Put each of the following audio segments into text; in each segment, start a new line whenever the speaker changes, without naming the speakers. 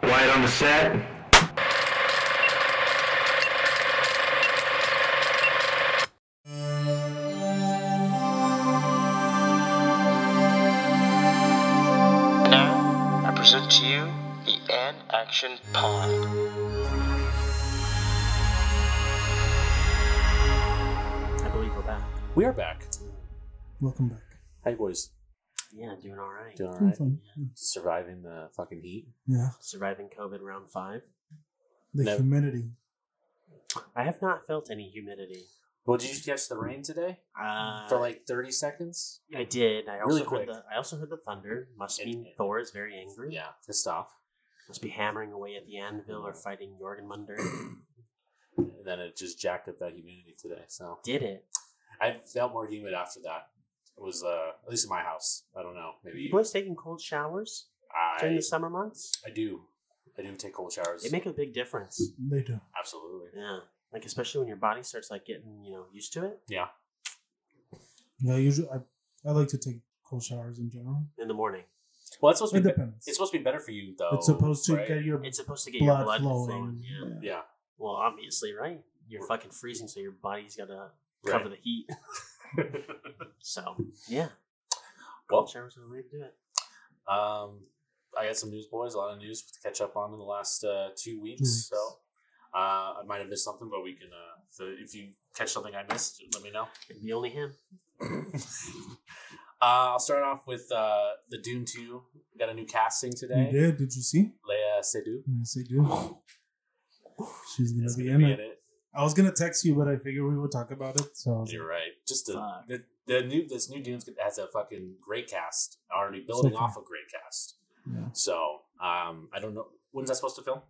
Quiet on the set.
Now, I present to you the An Action Pod.
I believe we're back.
We are back.
Welcome back.
Hey boys,
Yeah, doing all right.
doing all
Having
right?
fun.
Surviving the fucking heat.
Yeah.
Surviving COVID round five.
The
No.
humidity.
I have not felt any humidity.
Well, did you catch the rain today
Uh,
for like thirty seconds?
I did. I also
Really
heard
quick.
the I also heard the thunder. Must
It-
mean
it-
Thor is very angry.
Yeah, pissed off.
Must be hammering away at the anvil
Mm.
or fighting Jorgenmunder.
And then it just jacked up that humidity today. So
did it.
I felt more humid after that. It was uh, at least in my house. I don't know. Maybe
You boys taking cold showers during
I.
the summer months?
I do. I do take cold showers.
They make a big difference.
They do.
Absolutely.
Yeah. Like especially when your body starts like getting, you know, used to it
Yeah, usually I, I like to take cold showers in general.
in the morning.
Well, it's supposed to
It
be. be-
depends.
It's supposed to be better for you though.
It's supposed to
right?
get your
It's supposed to get your
blood,
blood
flowing.
flowing. Yeah.
Yeah.
Well, obviously, right? You're fucking freezing, so your body's gotta cover the heat.
Right.
So yeah.
Well-
Cold showers are the way to do it.
Um, I got some news, boys. A lot of news to catch up on in the last uh, two weeks.
weeks.
So uh, I might have missed something, but we can. Uh, so if you catch something I missed, let me know.
It'd be only him.
uh, I'll start off with uh, the Doom Two. We got a new casting
You
today.
did? Did you see?
Leia Seydoux.
Yes, they do. She's gonna
is
be
gonna
in
be
it. I was gonna text you, but I figured we would talk about it. So I was
You're
like,
right. Just the,
Fuck.
the the new this new Doom has a fucking great cast already building
far.
off a great cast.
yeah.
So um, I don't know when's that supposed to film.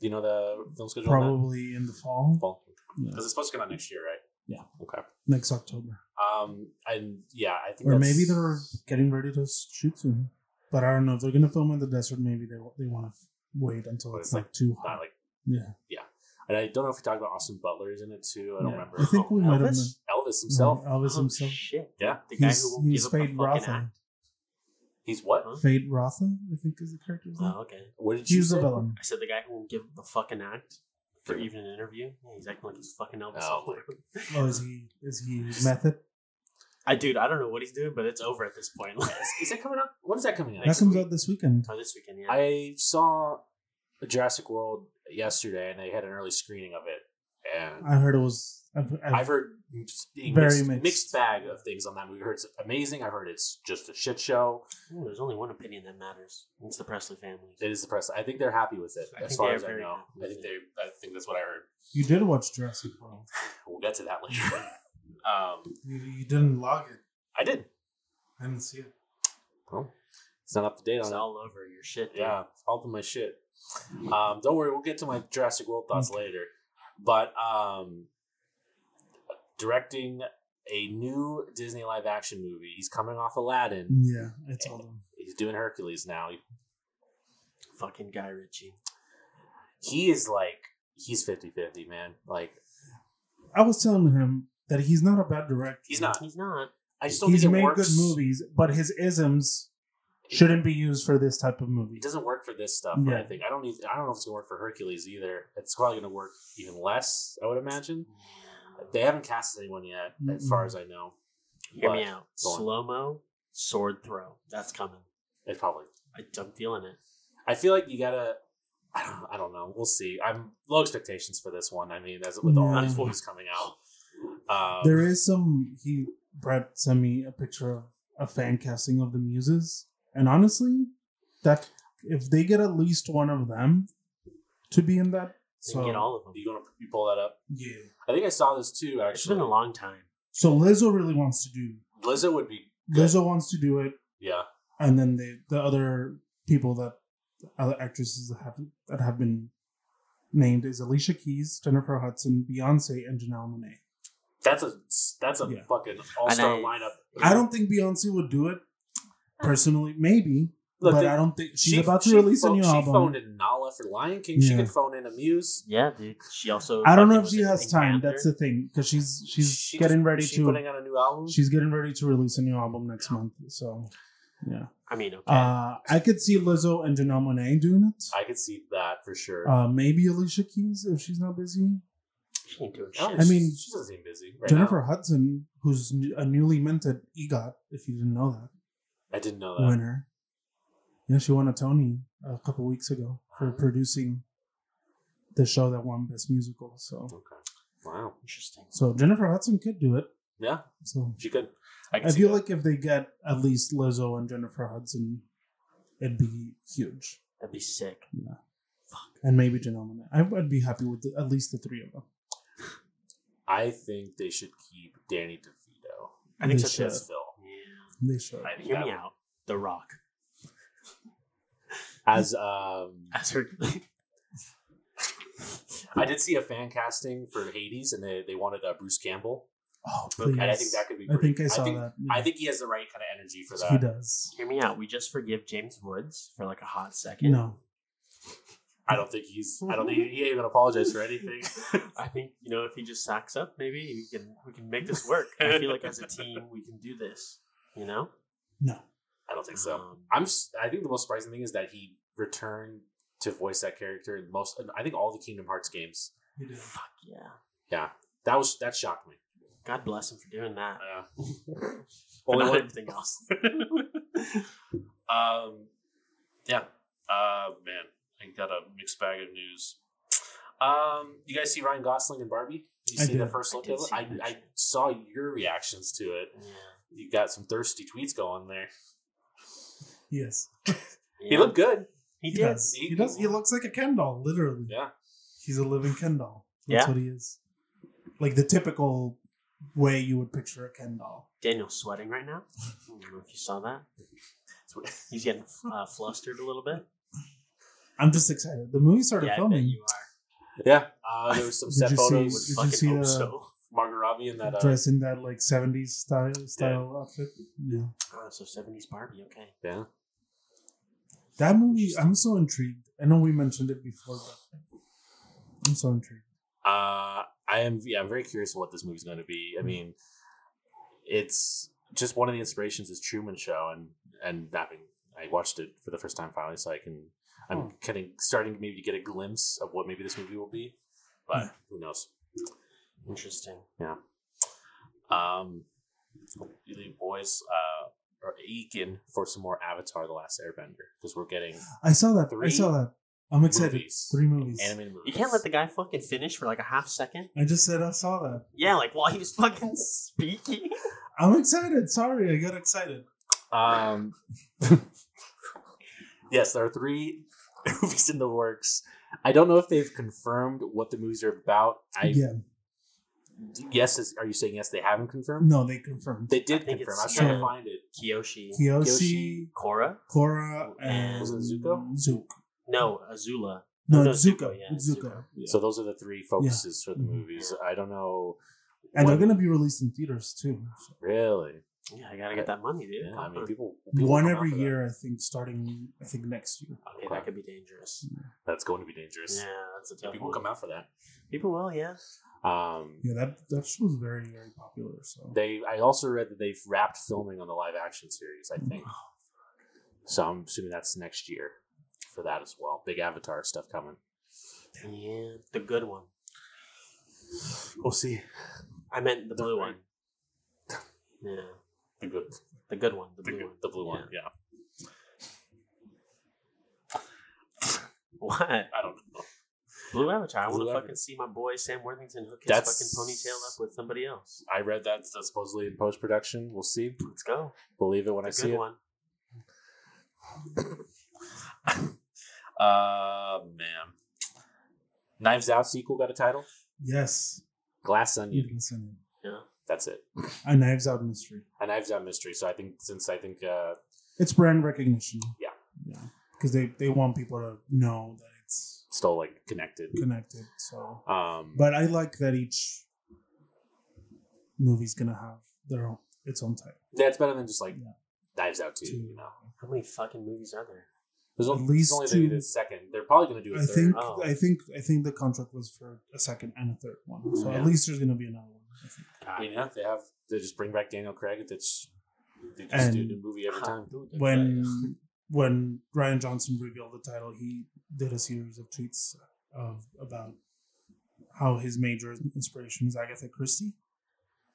Do you know the film schedule? on that?
probably in the fall,
Fall.
Yeah.
Because it's supposed to come out next year, right?
Yeah.
Okay.
next October,
Um, and yeah, I think,
or
that's-
maybe they're getting ready to shoot soon. But I don't know if they're gonna film in the desert. Maybe they they want to wait until
Well,
it's,
it's
like too
not
hot.
like,
Yeah,
and I don't know if we talked about Austin Butler is in it too. I don't
Yeah.
remember.
I think we
Oh,
might have
Elvis?
Elvis himself.
No, Elvis
oh,
himself.
Shit.
Yeah.
The guy
He's,
who won't
he's
give up the
Fade
fucking
Rotha.
act.
He's what?
Huh?
Fade Rotha, I think, is the character's name.
Oh, okay.
What did you
He's the
say?
villain.
I said the guy who won't give up the fucking act for
Yeah.
even an interview. Yeah, he's acting like he's fucking Elvis.
Oh.
Presley.
Oh, is he? Is he method?
I dude, I don't know what he's doing, but it's over at this point. Like,
Is, is that coming up? When is that coming out?
That comes out this weekend.
oh, this weekend, yeah.
I saw Jurassic World yesterday, and they had an early screening of it, and
I heard it was. I've, I've,
I've heard mixed,
Very
mixed,
mixed.
mixed bag of things on that movie. I heard it's amazing. I heard it's just a shit show.
Ooh, there's only one opinion that matters. It's the Presley family.
It is the press. I think they're happy with it,
I
as
think
far
they are
as I
very
know.
happy
I
with
think
it.
they. I think that's what I heard.
you did watch Jurassic World.
We'll get to that later. um,
You, you didn't log it.
I did.
I didn't see it.
It's not up to date
It's
on that.
all over your shit. Dude.
Yeah, it's all in my shit. Um, don't worry, we'll get to my Jurassic World thoughts later. But um, directing a new Disney live action movie. He's coming off Aladdin.
Yeah, I told him.
He's doing Hercules now. He,
Fucking Guy Ritchie.
he is like he's 50-50, man. Like
I was telling him that he's not a bad director.
he's not.
He's not.
I just don't
He's
think it
made
works.
good movies, but his isms shouldn't be used for this type of movie.
It doesn't work for this stuff.
Yeah.
I think I don't. Need, I don't know if it's gonna work for Hercules either. It's probably gonna work even less. I would imagine. They haven't casted anyone yet, as far
Mm-mm.
as I know.
Hear me
But-
out.
go on.
Slow mo, sword throw. That's coming.
It's probably.
I, I'm feeling it.
I feel like you gotta. I don't. I don't know. We'll see. I'm low expectations for this one. I mean, as with all
Yeah.
these movies coming out, um,
There is some. He Brett sent me a picture of a fan casting of the muses, and honestly, that if they get at least one of them to be in that,
They can
so
get all of them.
You gonna you pull that up?
yeah.
I think I saw this too.
It's been a
Actually,
long time.
So Lizzo really wants to do.
Lizzo would be. Good.
Lizzo wants to do it,
Yeah,
and then the the other people that other actresses that have that have been named is Alicia Keys, Jennifer Hudson, Beyonce, and Janelle Monae.
that's a that's a
Yeah.
fucking all star
And I-
lineup.
I don't think Beyonce would do it personally. Maybe,
Look,
but
they-
I don't think she's
She-
about to
she
release a
pho-
new
She
album.
phoned in Nala for Lion King. She
Yeah.
can phone in a Muse.
Yeah, dude. She also.
I don't know
fucking
if she
was in
has
Pink
time.
Panther.
That's the thing because she's she's
She
getting
just-
ready
she
to
putting out a new album.
she's getting ready to release a new album next month. So Yeah.
I mean, okay.
Uh, I could see Lizzo and Janelle Monae doing it.
I could see that for sure.
Uh, maybe Alicia Keys if she's not busy.
she ain't doing
I don't
shit.
think
I
she-
mean,
she doesn't seem busy right
Jennifer Hudson, who's n- a newly minted EGOT, if you didn't know that,
now. I didn't know that.
winner. Yeah, she won a Tony a couple weeks ago for producing the show that won Best Musical. So,
Okay. Wow.
Interesting.
so Jennifer Hudson could do it.
Yeah,
So
she could. I can
I
see
feel
that.
like if they get at least Lizzo and Jennifer Hudson, it'd be huge.
That'd be sick.
And maybe Janelle Monae. I would be happy with the, at least the three of them.
I think they should keep Danny DeVito.
I think so,
They
too.
should.
Just Phil.
Yeah.
They should.
I think
Hear
that
me
would-
out. The Rock.
As um,
As her.
I did see a fan casting for Hades, and they, they wanted uh, Bruce Campbell.
Oh,
Okay,
please.
I think that could be.
I
Pretty,
think I saw that.
I think he has the right kind of energy for that.
he does.
Hear me out. We just forgive James Woods for like a hot second.
No.
I don't think he's. I don't think he ain't even apologized for anything.
I think you know if he just sacks up, maybe we can we can make this work. I feel like as a team we can do this. You know.
No.
I don't think so.
Um,
I'm. s- I think the most surprising thing is that he returned to voice that character in most. I think all the Kingdom Hearts games.
Fuck yeah.
That was that shocked me.
God bless him for doing that.
Uh,
But
only
not
one.
everything else.
Um, yeah. Uh, man, I got a mixed bag of news. Um, you guys see Ryan Gosling and Barbie? Did you
I
see the
did.
first
I
look
did
of it?
see
I,
that.
I saw your reactions to it.
yeah.
You got some thirsty tweets going there.
Yes.
He looked good.
He
He
did.
does. He does. He looks like a Ken doll, literally.
Yeah.
He's a living Ken doll. That's
Yeah.
what he is. Like the typical way you would picture a Ken doll.
Daniel's sweating right now. I don't know if you saw that.
It's what-
He's getting uh, flustered a little bit.
I'm just excited. The movie started
yeah, I bet
filming.
you are.
Yeah. Uh, there was some
Did
set
you
photos
see-
with
did you
fucking
see uh,
hope
the-
so. Margot Robbie in that. Uh,
Dressed in that like 70s style style outfit. Yeah.
Oh, so seventies Barbie. Okay.
yeah.
That movie, I'm so intrigued. I know we mentioned it before, but I'm so intrigued.
Uh, I am. Yeah, I'm very curious what this movie's going to be.
Mm-hmm.
I mean, it's just one of the inspirations is Truman Show, and and having I watched it for the first time finally, so I can I'm
Hmm.
kind of starting maybe to get a glimpse of what maybe this movie will be,
Hmm.
but who knows?
Interesting.
Um, you leave boys uh or Eakin for some more Avatar: The Last Airbender because we're getting
I saw that. I
Three
saw that. I'm excited.
movies,
Three movies.
animated movies.
You can't let the guy fucking finish for like a half second.
I just said I saw that.
Yeah, like while he was fucking speaking.
I'm excited. Sorry, I got excited.
Um, yes, there are three movies in the works. I don't know if they've confirmed what the movies are about. I
yeah.
yes, is, are you saying yes? They haven't confirmed.
No, they confirmed.
They
I
did
think
confirm.
it's-
I was trying to
yeah.
find it.
Kiyoshi.
Kiyoshi,
Korra?
Korra, and
oh, Was it Zuko? Oh,
Zuko.
No, Azula.
No,
No,
it's
Zuko,
Zuko.
yeah,
It's
it's
Zuko.
Zuko.
Yeah.
So those are the three focuses for the
Mhm.
movies. I don't know.
and
what-
they're gonna be released in theaters too. So
really.
Yeah, I gotta get that money, dude.
Yeah, I
Come
mean,
on.
people. people
One
come out
every
for that.
year, I think, starting I think next year.
Okay, that could be dangerous.
That's going to be dangerous.
Yeah, that's a tough
People
one.
come out for that.
People will, yeah.
Um,
Yeah, that that show's very very popular. So
They, I also read that they've wrapped filming on the live action series. I think, so I'm assuming that's next year for that as well. Big Avatar stuff coming.
Yeah, the good one.
We'll see.
I meant the
The
blue
green.
one. Yeah,
The good,
the good one, the
the,
blue
good,
one.
the blue one. Yeah,
What?
I don't know.
Blue Avatar. I want
Blue
to
Avatar.
fucking see my boy Sam Worthington hook his
That's-
fucking ponytail up with somebody else.
I read that that's supposedly in post production. We'll see.
Let's go.
Believe it when
The
I see
good
it.
one.
Uh, man. Knives Out sequel got a title.
yes,
Glass
you
Onion.
can send it.
That's it.
A Knives Out mystery.
A Knives Out mystery. So I think since I think uh,
It's brand recognition.
Yeah.
yeah, because they they want people to know that it's
still like connected.
connected. So,
Um,
but I like that each movie's gonna have their own its own type.
that's better than just like
Yeah.
Knives Out two.
Two.
You know.
How many fucking movies are there?
There's
At
only, least
least
only they
two.
did a second. They're probably going to do a
I
third.
think
Oh.
I think I think the contract was for a second and a third one. So
Yeah.
at least there's gonna be another one. I think.
I mean, yeah, they have. They just bring back Daniel Craig. That's They just do a
And
new movie every time.
when when Ryan Johnson revealed the title, he did a series of tweets uh, of about how his major inspiration is Agatha Christie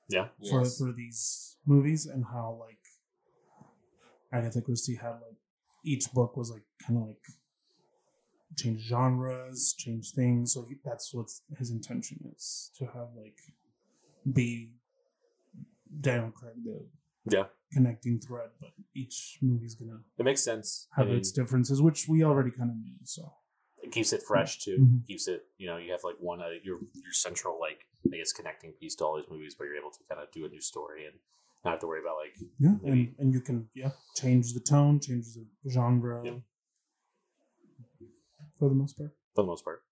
yeah,
for
Yes.
for these movies, and how like Agatha Christie had like each book was like kind of like change genres, change things. So he, that's what his intention is to have like be Daniel Craig the
yeah,
connecting thread, but each movie's gonna
it makes sense. I
have
mean,
its differences, which we already kind of knew. So
it keeps it fresh too.
Mhm.
Keeps it, you know, you have like one uh, your your central like I guess connecting piece to all these movies, but you're able to kind of do a new story and not have to worry about like
yeah,
Maybe.
and, and you can yeah change the tone, change the genre
Yeah.
for the most part.
for the most part.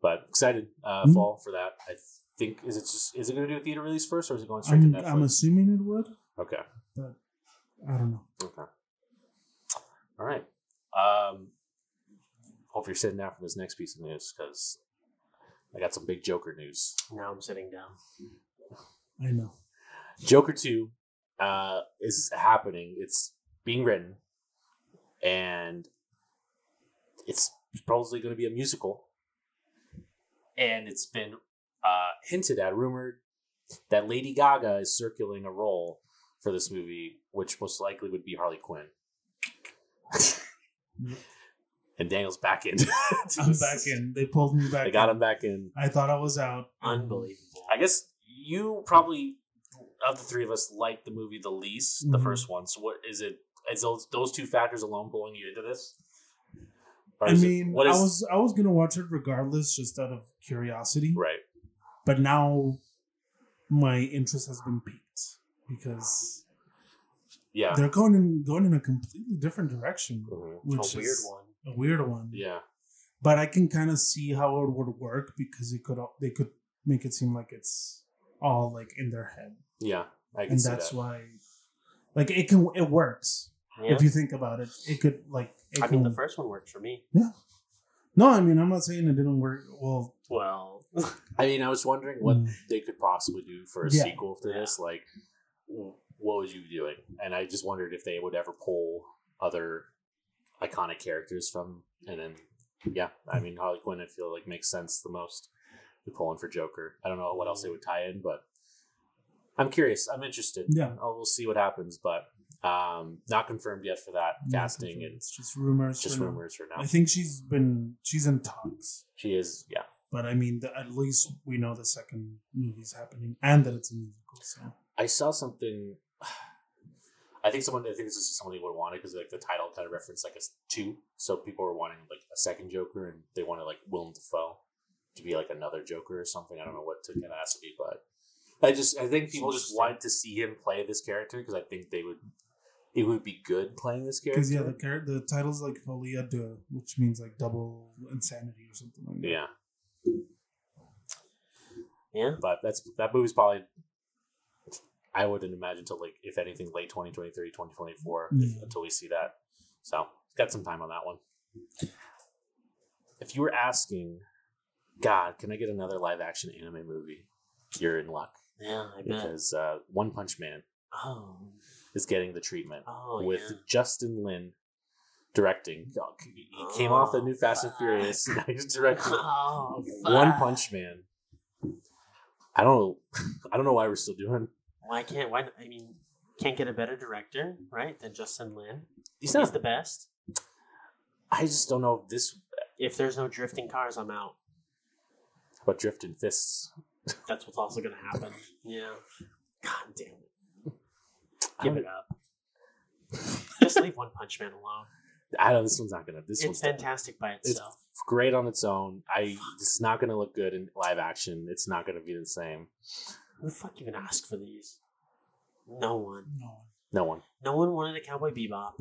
But excited uh,
Mhm.
fall for that. I think is it just is it going to do a theater release first, or is it going straight
I'm,
to Netflix?
I'm assuming it would.
okay,
I don't know.
okay, all right. Um, hope you're sitting down for this next piece of news because I got some big Joker news.
Now I'm sitting down.
I know.
Joker Two uh, is happening. It's being written, and it's probably going to be a musical. And it's been uh, hinted at, rumored that Lady Gaga is circulating a role for this movie, which most likely would be Harley Quinn. and Daniel's back in.
I'm back in. They pulled me back.
They got
in.
him back in.
I thought I was out.
Unbelievable.
I guess you probably of the three of us liked the movie the least, the
Mhm.
first one. So what is it? Is those those two factors alone pulling you into this? Or
I
is it-
mean,
what is
I was I was gonna watch it regardless, just out of curiosity.
right?
But now my interest has been piqued because
Yeah,
they're going in going in a completely different direction,
Mhm.
which
a weird
is
one.
a weird one.
yeah,
but I can kind of see how it would work because it could al- they could make it seem like it's all like in their head,
yeah. I can
and
see
that's
that.
why like it can it works
Yeah.
if you think about it. It could like it
I mean, the
can-
first one worked for me.
no, I mean I'm not saying it didn't work. Well,
Well,
I mean, I was wondering what
Mm.
they could possibly do for a
Yeah.
sequel to this. Like, w- what would you be doing? And I just wondered if they would ever pull other iconic characters from. And then, yeah, I mean, Harley Quinn, I feel like makes sense the most. They're pulling for Joker. I don't know what else they would tie in, but I'm curious. I'm interested.
Yeah.
Oh, we'll see what happens, but um, not confirmed yet for that
nothing
casting.
for-
And
it's just rumors.
it's just
for now.
rumors for now.
I think she's been she's in talks,
She is, yeah.
but I mean the, at least we know the second movie's happening and that it's a musical. So
I saw something. I think someone. I think this is somebody would want it because like the title kind of referenced like a s- two, so people were wanting like a second Joker, and they wanted like Willem Dafoe to be like another Joker or something. I don't know what to kind of ask to be, but I just I think
It's
people just
interesting.
wanted to see him play this character because I think they would. It would be good playing this character.
because yeah, the char- the title's like Folia de, which means like double insanity or something like that.
yeah,
yeah.
but that's that movie's probably. I wouldn't imagine till like if anything late 2023, 2024
Hmm.
Yeah.
until we see that. So got some time on that one. If you were asking, God, can I get another live action anime movie? You're in luck
Yeah, I bet.
because uh, One Punch Man
Oh,
is getting the treatment
oh,
with
yeah.
Justin Lin directing. Oh, He came off the new Fast and
Oh,
Furious. Now he's directing
Oh,
One
fuck.
Punch Man. I don't know. I don't know why we're still doing.
Why can't? Why? I mean, can't get a better director, right? Than Justin Lin.
He's
He's
not.
the best.
I just don't know if this.
If there's no drifting cars, I'm out.
But drifting fists.
That's what's also gonna happen. Yeah. God damn it.
I
Give
don't,
it up. Just leave One Punch Man alone.
I don't. This one's not gonna. This
it's
one's
fantastic by
it's
itself.
great on its own. I this is not going to look good in live action. It's not going to be the same.
Who the fuck even asked for these? No one.
No.
No one,
No one wanted a Cowboy Bebop.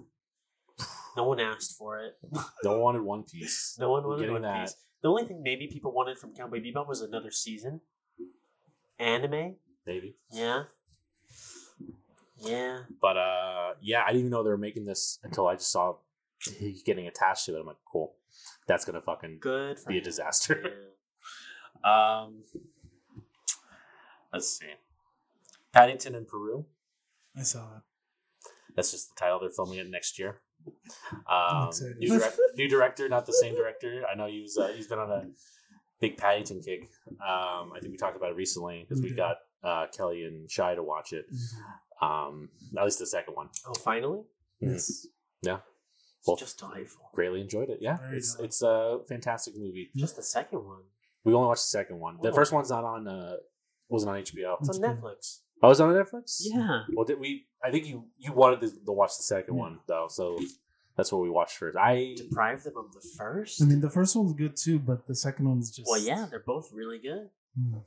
No one asked for it.
no one wanted One Piece.
No one
We're
wanted
getting
One
that.
Piece. The only thing maybe people wanted from Cowboy Bebop was another season. Anime?
Maybe,
Yeah. Yeah.
but uh, yeah, I didn't even know they were making this until I just saw he getting attached to it. I'm like, cool, that's gonna fucking
Good for
be a
him.
disaster.
Yeah.
Um, let's see, Paddington in Peru.
I saw it.
That's just the title. They're filming it next year. Um,
excited.
new, direct, new director, not the same director. I know he was, uh, he's been on a big Paddington kick. Um, I think we talked about it recently because we
We did.
got uh, Kelly and Shy to watch it. Um, at least the second one.
Oh, finally?
Yes.
It's
Well-
just delightful.
Greatly enjoyed it. Yeah,
Very
it's
good.
it's a fantastic movie.
Just the second one.
We only watched the second one. The
Oh.
first one's not on. Uh, wasn't on HBO.
It's on
That's good.
Netflix.
Oh, it's on Netflix.
Yeah.
Well, did we? I think you you wanted to, to watch the second
Yeah.
one though, so that's what we watched first. I
Deprive them of the first?
I mean, the first one's good too, but the second one's just.
well, yeah, they're both really good.
Hmm.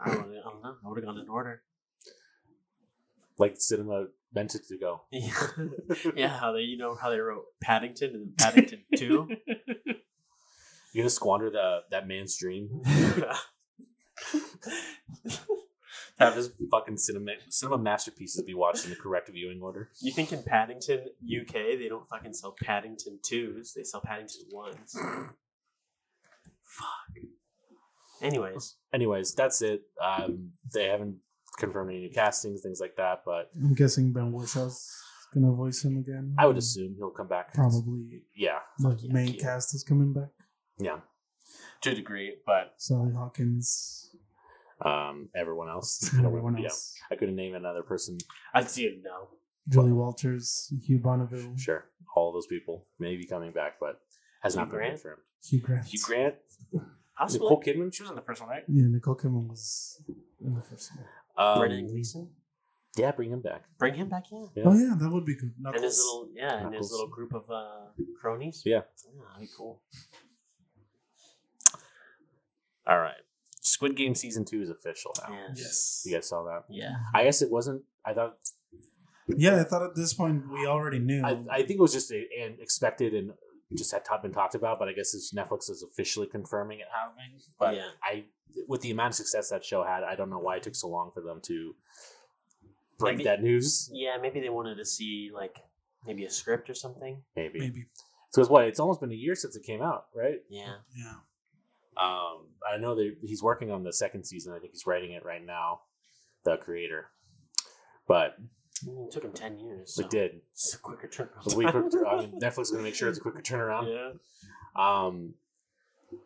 I don't, I don't know. I would have gone in order.
like cinema meant it to go.
Yeah. yeah, how they, you know, how they wrote Paddington and then Paddington 2.
You're gonna squander the that man's dream. Have his fucking cinema cinema masterpieces be watched in the correct viewing order.
you think in Paddington, UK, they don't fucking sell Paddington 2s, they sell Paddington 1s. Fuck. Anyways,
Anyways, that's it. Um, they haven't confirmed any new castings, things like that, but
I'm guessing Ben Wishaw's gonna voice him again.
I would assume he'll come back.
probably
Yeah,
the
yeah,
main
yeah.
cast is coming back.
yeah, to a degree, but
Sally Hawkins
um, everyone else,
and everyone else.
Yeah, I couldn't name another person.
I'd see it now.
Julie Walters, Hugh Bonneville,
Sure, all those people may be coming back, but has not
Hugh
been
Grant?
confirmed.
Hugh Grant.
Hugh Grant,
Possibly.
Nicole Kidman, she was in the first one, right?
Yeah, Nicole Kidman was in the first one.
Um,
Brendan Gleeson.
Yeah, bring him back.
Bring him back in.
Yeah.
Oh yeah, that would be good.
And his
Knuckles.
little yeah, and his
Knuckles.
little group of uh, cronies. Ah,
Yeah.
that'd be cool.
All right, Squid Game season two is official now.
Yes.
You guys saw that?
Yeah.
I guess it wasn't. I thought.
Yeah, I thought at this point we already knew.
I, I think it was just a, an expected and just had top been talked about, but I guess it's Netflix is officially confirming it happening. But
Yeah.
I, with the amount of success that show had, I don't know why it took so long for them to break
Maybe-
that news.
Yeah, maybe they wanted to see like maybe a script or something.
Maybe.
Maybe.
So it's what? It's almost been a year since it came out, right?
Yeah.
Yeah.
Um, I know that he's working on the second season. I think he's writing it right now, the creator. But
It took him ten years.
it did.
It's a quicker turnaround.
The week after- I mean, Netflix is going to make sure it's a quicker turnaround.
Yeah.
Um,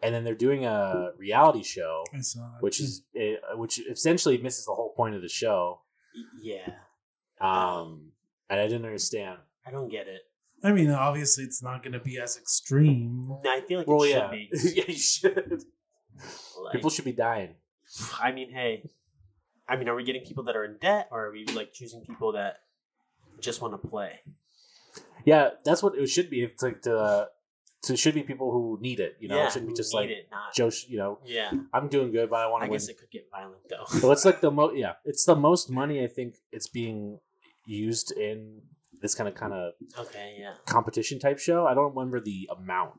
and then they're doing a reality show,
I saw that.
which
too.
is
Hmm.
eh, which essentially misses the whole point of the show.
Y- Yeah.
Um, and I didn't understand.
I don't get it.
I mean, obviously it's not gonna be as extreme.
I feel like
Well,
it should
yeah,
be.
yeah, you should.
Like,
People should be dying.
I mean, hey, I mean, are we getting people that are in debt, or are we like choosing people that just want to play?
Yeah, that's what it should be. It's like the so it should be people who need it. You know,
yeah,
it shouldn't be
who
just
need
like
it, not.
Joe. sh- You know,
yeah,
I'm doing good, but I want
I
to win.
guess it could get violent though.
So it's like the most. Yeah, it's the most money I think it's being used in this kind of kind of
okay, yeah.
competition type show. I don't remember the amount,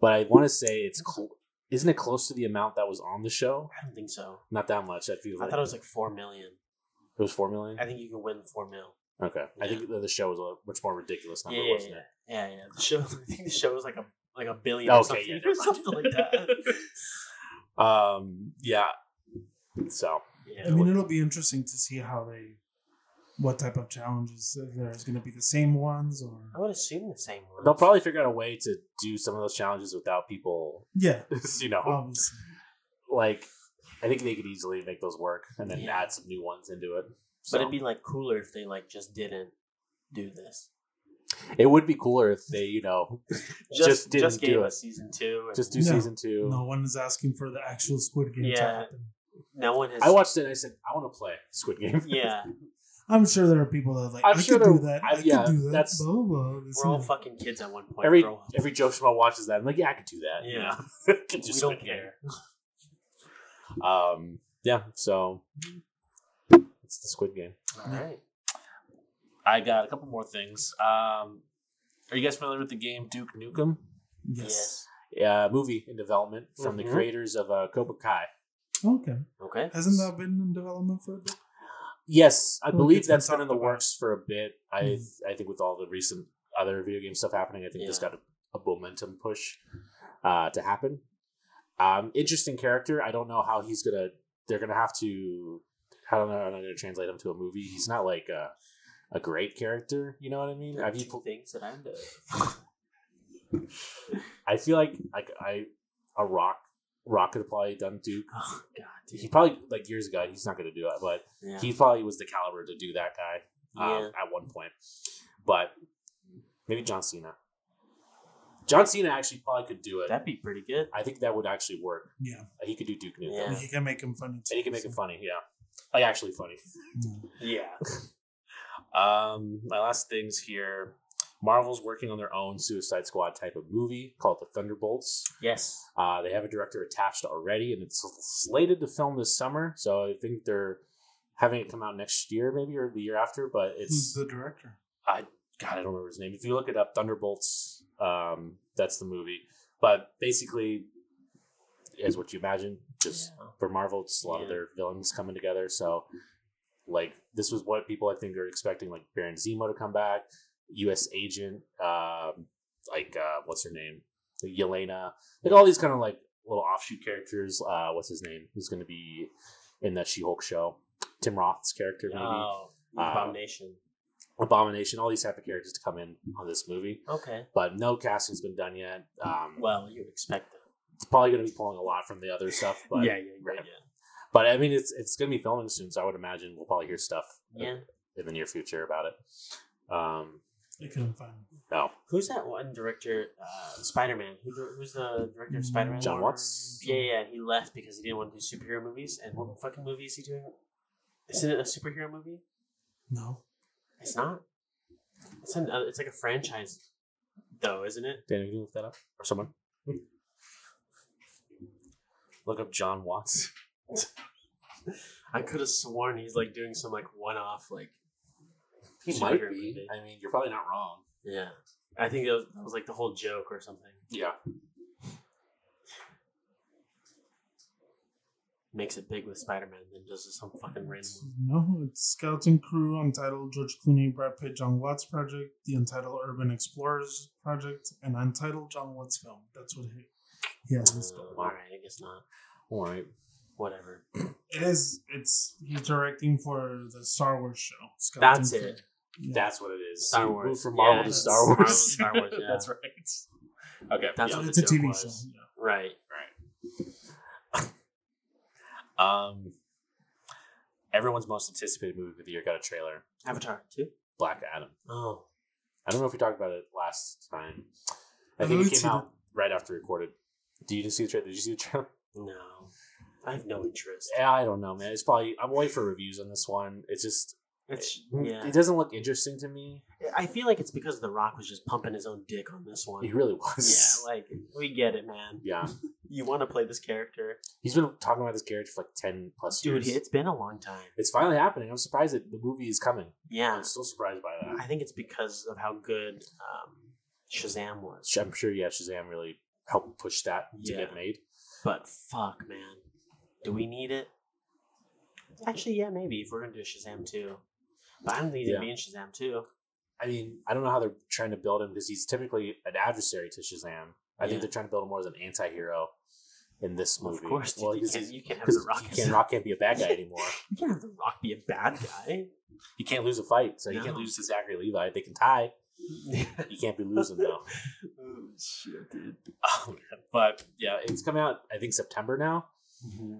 but I want to say it's cl- isn't it close to the amount that was on the show?
I don't think so.
Not that much. I feel
I
like
thought it was like four million.
it was four million.
I think you can win four mil.
okay, I
Yeah.
think the the show was a much more ridiculous number,
Yeah, yeah,
wasn't it?
Yeah, yeah. The show. I think the show was like a like a billion.
Okay,
or something,
yeah,
or something like that.
Um, yeah. So
Yeah.
I mean, it'll be interesting to see how they, what type of challenges if there's gonna be the same ones
I
or.
would assume the same one.
they'll probably figure out a way to do some of those challenges without people,
Yeah,
you know,
Oh.
obviously.
like I think they could easily make those work and then
Yeah.
add some new ones into it. So
But it'd be like cooler if they like just didn't do this.
it would be cooler if they, you know, Just didn't do
gave
it.
us season two. And
just do
No.
season two.
No one is asking for the actual Squid Game to
Yeah.
happen.
no one has.
I watched it and I said, I want to play Squid Game.
yeah,
I'm sure there are people that are like, i
I'm sure
could do
there-
that.
I-
I, could
yeah,
do that.
that's-
blah, blah, blah, this
we're all
and that."
fucking kids at one point.
every
grow up.
every Joe Schmo watches that. I'm like, yeah, I could do that. you
Yeah.
know? Could do
we
Squid
don't care.
Game. Um, yeah. So it's the Squid Game.
All right.
I got a couple more things. Um, are you guys familiar with the game Duke Nukem?
Yes.
Yes.
Uh, movie in development from the
Mhm.
creators of uh, Cobra Kai.
Okay.
Okay.
Hasn't that been in development for a bit?
Yes, I
Well,
believe
it's been
that's been in the
talked about.
works for a bit. I I think with all the recent other video game stuff happening, I think this
Yeah.
got a, a momentum push uh, to happen. Um, interesting character. I don't know how he's gonna. They're gonna have to. I don't know. I'm not gonna translate him to a movie. He's not like uh, a great character. You know what I mean?
There are
Have you?
two
pl-
things that I know.
I feel like like I a rock rock could have probably done Duke.
Oh god,
He
dude.
probably like years ago. He's not going to do it, but
Yeah.
he probably was the caliber to do that guy um,
Yeah.
at one point. But maybe John Cena. John Cena actually probably could do it.
That'd be pretty good.
I think that would actually work.
Yeah,
He could do Duke Nukem.
Yeah.
you can make him funny too.
And he can make
so-
it funny, yeah. Like actually funny.
Mm.
Yeah.
Um, my last things here. Marvel's working on their own Suicide Squad type of movie called The Thunderbolts.
Yes.
Uh, they have a director attached already, and it's slated to film this summer. So I think they're having it come out next year, maybe or the year after. But
Who's
it's
the director?
God, I don't remember his name. If you look it up, Thunderbolts, um, that's the movie. But basically, is what you imagine. Just
Yeah.
for Marvel, it's a lot of
Yeah.
their villains coming together. So, like, this was what people I think are expecting, like Baron Zemo to come back, U.S. Agent, um, like uh, what's her name, like, Yelena, like all these kind of like little offshoot characters. Uh, what's his name? Who's going to be in that She-Hulk show? Tim Roth's character, maybe
Oh,
Uh,
Abomination.
Abomination. All these type of characters to come in on this movie
Okay.
but no casting's been done yet. Um,
Well, you would expect that.
it's probably going to be pulling a lot from the other stuff, but
yeah, yeah, yeah,
right. But I mean, it's it's going to be filming soon, so I would imagine we'll probably hear stuff
yeah. Yeah.
in the near future about it. Um,
I couldn't find
no,
Who's that one director? Uh, Spider Man. Who, dir- who's the director of Spider Man?
John
Mark-
Watts?
Yeah, yeah. He left because he didn't want to do superhero movies. And what fucking movie is he doing? Isn't it a superhero movie?
No,
It's not. It's an. uh, It's like a franchise, though, isn't it?
Daniel, can you look that up or someone? look up John Watts.
I could have sworn he's like doing some like one-off like.
He
superhero
might be.
movie.
I mean, you're probably not wrong.
Yeah, I think that was, that was like the whole joke or something.
Yeah,
Makes it big with Spider-Man, then does some fucking random.
no, it's Skeleton Crew, Untitled George Clooney, Brad Pitt, John Watts project, the Untitled Urban Explorers project, and Untitled John Watts film. That's what he he has
Uh,
listed.
all right, I guess not.
all right.
Whatever.
It is. It's he's directing for the Star Wars show. Skeleton
That's
Crew.
it.
Yeah.
That's what it is.
Star
You
Wars.
Move from Marvel
Yeah,
to
that's-
Star Wars.
Star Wars, yeah.
That's right.
Okay,
That's
yeah.
what
It's
the
a
joke
TV show.
was.
yeah.
Right.
Um, everyone's most anticipated movie of the year got a trailer.
Avatar two.
Black Adam.
Oh,
I don't know if we talked about it last time. I
I
think it
haven't
came
seen
out right after recorded. Did you just see the trailer? Did you see the trailer?
no. I have no interest.
Yeah, I don't know, man. It's probably I'm waiting for reviews on this one. It's just
It's
it,
yeah.
it doesn't look interesting to me.
I feel like it's because The Rock was just pumping his own dick on this one.
He really
Yeah,
was.
like we get it, man.
Yeah,
You want to play this character,
he's been talking about this character for like ten plus
dude?
years.
It's been a long time.
It's finally happening. I'm surprised that the movie is coming.
Yeah,
I'm still surprised by
I
that.
think it's because of how good um, Shazam was.
I'm sure, yeah, Shazam really helped push that to
Yeah.
get made.
But fuck, man, do we need it? Actually, yeah, maybe if we're gonna do a Shazam two, but I don't think he's gonna be in Shazam two.
I mean, I don't know how they're trying to build him because he's typically an adversary to Shazam. I
Yeah.
think they're trying to build him more as an anti-hero in this
Well,
movie.
of course, dude,
well,
you,
because
can't,
he's-
you can't have the
because
Rock.
he can't, Rock can't be a bad guy anymore.
You can't have the Rock be a bad guy.
he can't lose a fight, so he
No.
can't lose to Zachary Levi. They can tie. He can't be losing though.
oh shit, dude.
Oh, man. but yeah, it's coming out. I think September now.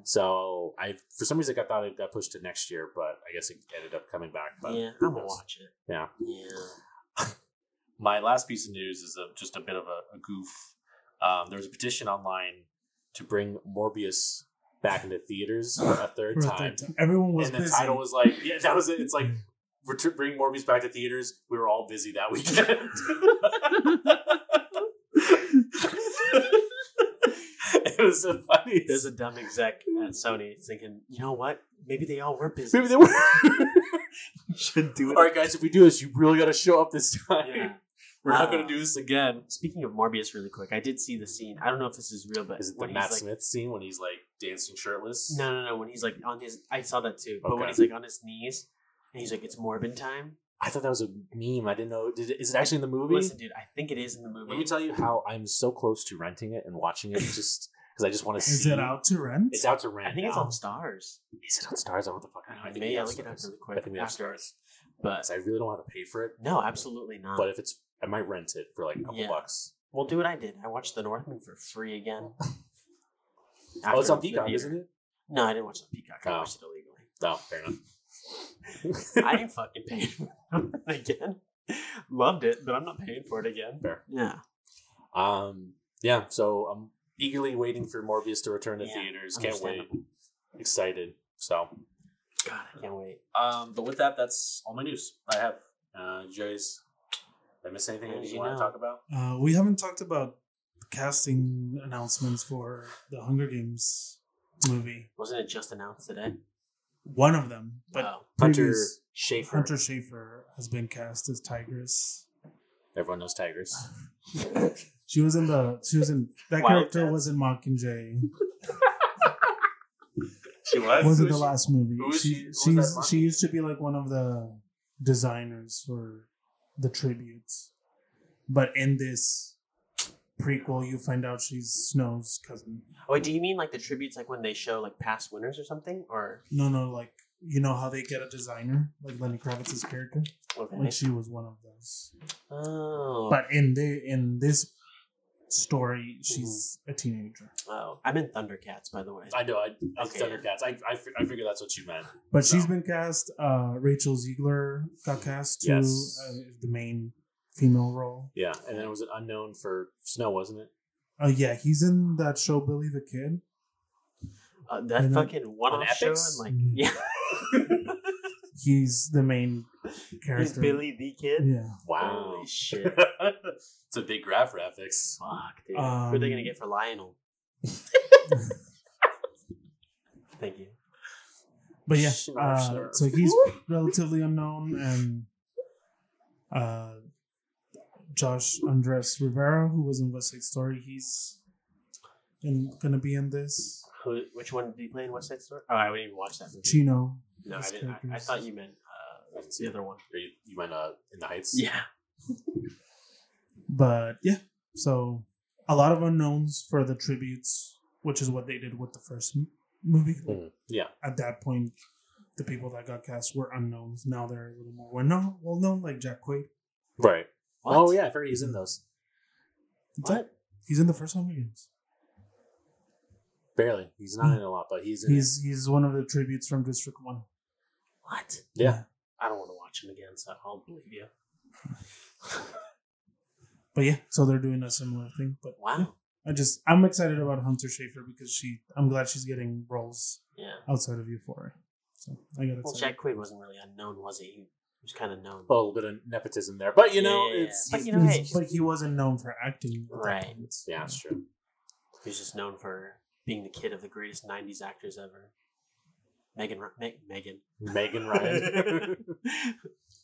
So I, for some reason, I thought it got pushed to next year, but I guess it ended up coming back. But
yeah, I'm gonna watch it.
Yeah.
Yeah.
my last piece of news is a, just a bit of a, a goof. Um, there was a petition online to bring Morbius back into theaters a third
For a
time,
third time. Everyone was
and the
busy.
title was like, "Yeah, that was it." It's like we're to bring Morbius back to theaters. We were all busy that weekend. it was so funny.
There's a dumb exec at Sony thinking, you know what? Maybe they all were busy.
Maybe they were.
should do
all right, guys, if we do this, you really got to show up this time.
Yeah.
We're not going
Uh,
to do this again.
Speaking of Morbius, really quick, I did see the scene. I don't know if this is real, but
Is it the
when
Matt
he's like,
Smith scene when he's like dancing shirtless?
no, no, no, when he's like on his, I saw that too. But when
Okay.
he's like on his knees and he's like, it's Morbin time.
I thought that was a meme. I didn't know. Did it, is it actually in the movie?
Listen, dude, I think it is in the movie.
Let me tell you how I'm so close to renting it and watching it just because I just want to see.
Is it out to rent?
It's out to rent.
I think it's
now.
on Stars.
Is it on Stars? I want the fuck. I don't know. I think
Maybe
we
I
have
look it up
Stars.
really
I
quick.
think we have
after.
Stars.
But
'Cause I really don't want to pay for it.
no, absolutely not.
But if it's, I might rent it for like a couple
Yeah.
bucks.
we'll do what I did. I watched The Northman for free again.
Oh, it's
After
on
the
Peacock,
theater.
isn't it?
No, I didn't watch it on Peacock. I
Oh.
watched it illegally.
No, fair enough.
I ain't fucking paying for it again. Loved it, but I'm not paying for it again.
Fair.
Yeah.
Um, yeah, so I'm eagerly waiting for Morbius to return to
Yeah,
theaters. Can't wait.
understandable.
Excited. So,
God, I can't wait.
um, but with that, that's all my news I have. Uh, did you guys, did I miss anything
As
that you
you
want
know.
to talk about?
Uh, we haven't talked about casting announcements for the Hunger Games movie.
Wasn't it just announced today?
One of them, but
Oh.
Uh, Hunter
previous-
Schaefer.
Hunter Schafer has been cast as Tigress.
Everyone knows tigers.
She was in the. She was in that
Wild
character
Cats.
was in Mockingjay.
She was?
was it
who
the
she-
last movie?
who is
she
she- who was
she's,
that
she
Mockingjay?
used to be like one of the designers for the tributes, but in this prequel, you find out she's Snow's cousin.
Wait, do you mean like the tributes, like when they show like past winners or something? Or
No, no, like you know how they get a designer, like Lenny Kravitz's character,
okay.
like she was one of those.
oh,
But in the in this story, she's a teenager,
oh, I'm in Thundercats, by the way.
I know. I, I
Okay.
Thundercats. I, I, fi- I figure that's what you meant.
but she's
No.
been cast. Uh, Rachel Ziegler got cast to
Yes.
uh, the main female role.
Yeah, and then it was an unknown for Snow, wasn't it?
Oh yeah, he's in that show Billy the Kid.
Uh, that
And then-
fucking one-off show, and
Epics?
like,
Mhm.
yeah,
He's the main character.
is Billy the kid?
Yeah.
Wow.
Holy shit!
it's a big grab for ethics.
Fuck, dude. Who are they gonna
Um,
get for Lionel? Thank you.
But yeah,
Sure,
uh,
sure.
so he's relatively unknown and uh Josh Andres Rivera, who was in West Side Story, he's in, gonna be in this.
Who? Which one did he play in West Side Story? Oh, I wouldn't even watch that movie.
Chino.
no, I
his
didn't. I, I
characters.
thought you meant uh, the other one.
Are you, you meant uh, in the heights?
Yeah.
But yeah, so a lot of unknowns for the tributes, which is what they did with the first m- movie. Like,
Mhm. Yeah.
at that point, the people that got cast were unknowns. Now they're a little more well known, well known like Jack Quaid.
Right.
What?
Oh yeah, I forgot he's in those.
What?
He's in the first Hunger Games.
Barely. He's not in a lot, but Hmm. he's in. it.
He's he's one of the tributes from District One.
What?
Yeah.
I don't want to watch him again, so I'll believe you.
But yeah, so they're doing a similar thing. But
Wow.
I just I'm excited about Hunter Schafer because she I'm glad she's getting roles
Yeah.
outside of Euphoria. So I got excited.
Well, Jack Quaid wasn't really unknown, was he? He was kind of known.
A little bit of nepotism there, but you know,
Yeah.
it's
But
he's-
you know, hey.
But he wasn't known for acting. at that
Right.
point.
yeah, that's true.
He was just known for being the kid of the greatest '90s actors ever, Megan. Ry- Meg, Megan.
Megan Ryan.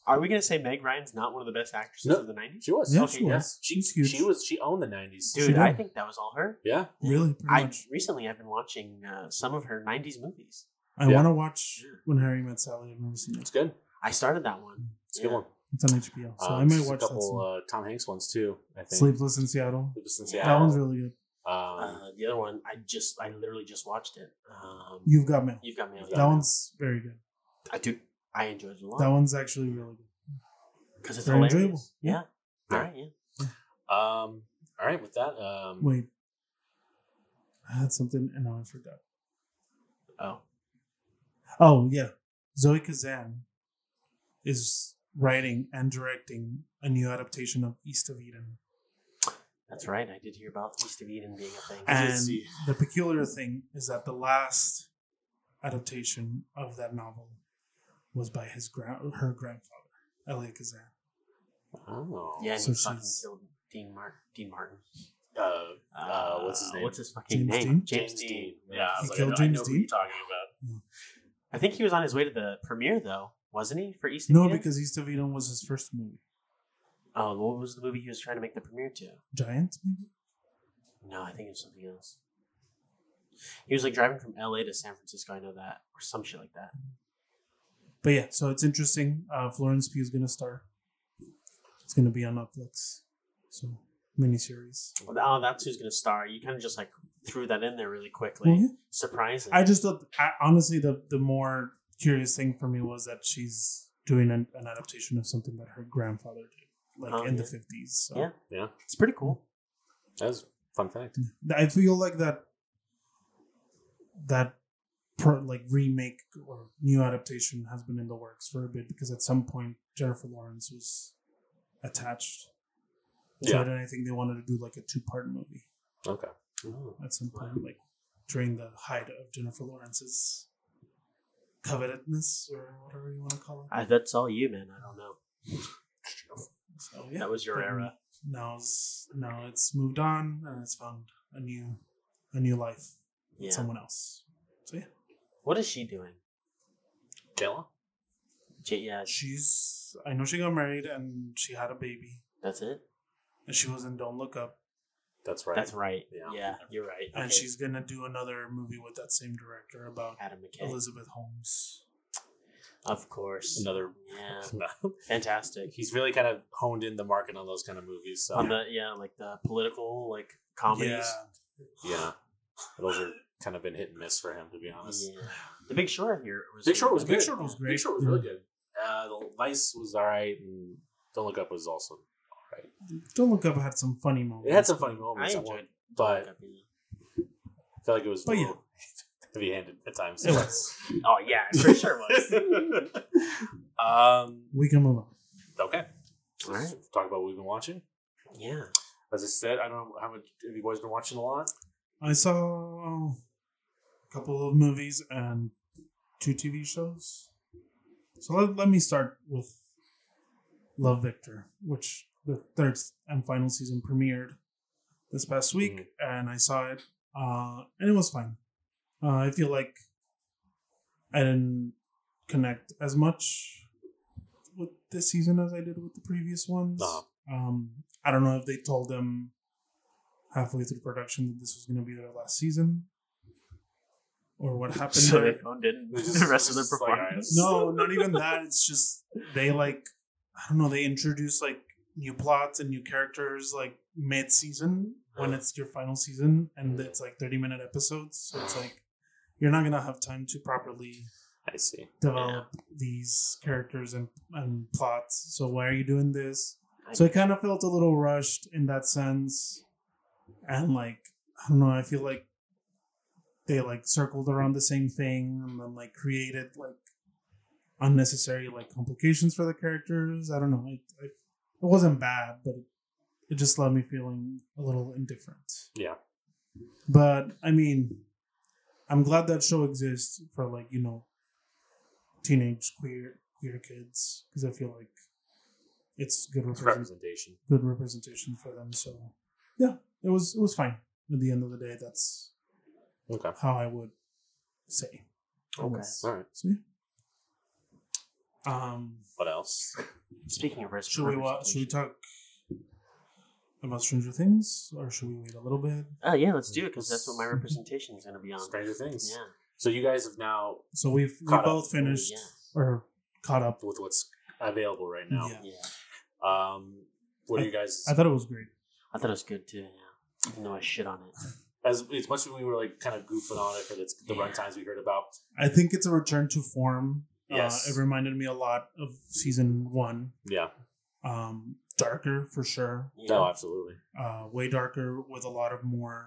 Are we gonna say Meg Ryan's not one of the best actresses
No.
of the '90s?
she was.
Yeah,
okay,
she was.
She,
She's huge.
she was. She owned the nineties.
She
Dude,
did.
I think that was all her.
Yeah.
Really, pretty
I
much.
recently I've been watching uh, some of her '90s movies.
I
Yeah.
want to watch
Yeah.
When Harry Met Sally. I've never seen it.
It's good.
I started that one.
It's a good
Yeah.
one.
It's on HBO, so
Um,
I might
there's
watch
a
that.
couple
soon.
uh, Tom Hanks ones too. I think.
Sleepless in Seattle.
Sleepless in
Yeah.
Seattle.
That one's really good.
Um,
Uh, the other one, I just, I literally just watched it. Um,
You've got mail.
You've got me. On
You've Got
that
Mail.
one's very good.
I do. I enjoyed it a lot.
That one's actually really good.
because it's
Very
hilarious.
enjoyable.
Yeah.
Yeah.
All right. Yeah.
um, all right. With that. Um,
Wait, I had something and now I forgot.
Oh.
Oh yeah, Zoe Kazan is writing and directing a new adaptation of East of Eden.
That's right. I did hear about East of Eden being a thing.
I did
And
see.
the peculiar thing is that the last adaptation of that novel was by his grand her grandfather, Elia Kazan.
Oh.
yeah, and
so
he fucking
she's-
killed Dean Martin. Dean Martin.
Uh, Uh, what's his name?
What's his fucking
James
name?
Dean?
James, Dean. Yeah. I
He
was like, I
killed
know, I
James
know who
Dean?
you're talking about.
I think he was on his way to the premiere though, wasn't he? For East of
No,
Eden?
because East of Eden was his first movie.
oh, what was the movie he was trying to make the premiere to?
Giant, maybe.
No, I think it was something else. He was like driving from L.A. to San Francisco. I know that, or some shit like that.
But yeah, so it's interesting. Uh, Florence Pugh is going to star. It's going to be on Netflix. So miniseries.
Oh, that's who's gonna star. You kind of just like threw that in there really quickly.
Well, yeah.
Surprising.
I just thought, I, honestly, the the more curious thing for me was that she's doing an, an adaptation of something that her grandfather did, like
Oh,
in
yeah.
the fifties. So
Yeah.
Yeah,
It's pretty cool.
that's a fun fact.
I feel like that that per, like remake or new adaptation has been in the works for a bit because at some point Jennifer Lawrence was attached. to
Yeah.
it, and I think they wanted to do like a two part movie
Okay. Oh.
at some point, like during the height of Jennifer Lawrence's covetedness or whatever you want to call it.
I, that's all you, man. I don't know.
So yeah,
That was your
Um,
era.
now it's now it's moved on and it's found a new a new life.
Yeah.
with Someone else. So yeah.
What is she doing?
Kayla?
J- yeah, sh-
She's. I know she got married and she had a baby,
that's it.
and she was in Don't Look Up,
That's right.
That's right.
Yeah.
Yeah, you're right.
and
Okay.
she's gonna do another movie with that same director about
Adam McKay,
Elizabeth Holmes.
of course.
Another.
Yeah, fantastic.
He's really kind of honed in the market on those kind of movies. So
On the yeah, like the political like comedies.
yeah, those are kind of been hit and miss for him, to be honest.
Yeah. The Big Short here was
Big Short was
Big
good.
Short was great.
Big Short was really good. Uh, the Vice was all right, and Don't Look Up was also all right.
Don't Look Up had some funny moments.
It had some funny
I
moments, I
enjoyed,
but I felt like it was
But
a
yeah.
little heavy-handed at times.
It was.
Oh yeah, it for sure was.
um,
We can move on.
okay.
All
Let's
right.
talk about what we've been watching.
yeah.
As I said, I don't know how much have you boys been watching a lot.
I saw um, a couple of movies and two TV shows. So let, let me start with Love Victor, which the third and final season premiered this past week,
Mhm.
and I saw it, uh, and it was fine. Uh, I feel like I didn't connect as much with this season as I did with the previous ones.
Uh-huh.
Um, I don't know if they told them halfway through production that this was going to be their last season, or what happened.
So
there.
they phoned in
It's just-
the rest of the
it's just like, all right,
performance.
No, not even that. It's just they like I don't know. They introduce like new plots and new characters like mid season when it's your final season, and it's like thirty minute episodes. So it's like you're not gonna have time to properly
I see.
develop these characters and and plots. So why are you doing this?
I-
So it kind of felt a little rushed in that sense, and like I don't know. I feel like they like circled around the same thing and then like created like unnecessary like complications for the characters. I don't know. I, I, it wasn't bad, but it just left me feeling a little indifferent.
Yeah.
But I mean, I'm glad that show exists for like you know, teenage queer queer kids because I feel like it's good
It's
represent-
representation.
good representation for them. So yeah, it was it was fine. At the end of the day, that's
Okay.
how I would say. it
Okay.
was.
All right.
So yeah. Um,
What else?
Speaking of risk,
should we wa- should we talk about Stranger Things, or should we wait a little bit?
Oh yeah, let's do it because that's what my representation is going to be on.
Stranger Things.
Yeah.
So you guys have now
So we've we
Caught up.
both finished
Yeah.
or caught up.
with what's available right now.
Yeah.
Yeah.
Um, what are you guys
I thought it was great.
I thought it was good too. Yeah. Even though I shit on it.
as as much as we were like kind of goofing on it for the, the
Yeah.
runtimes we heard about?
I think it's a return to form.
Yes.
Uh, it reminded me a lot of season one.
Yeah.
Um, darker for sure.
Yeah.
No, absolutely.
Uh, way darker with a lot of more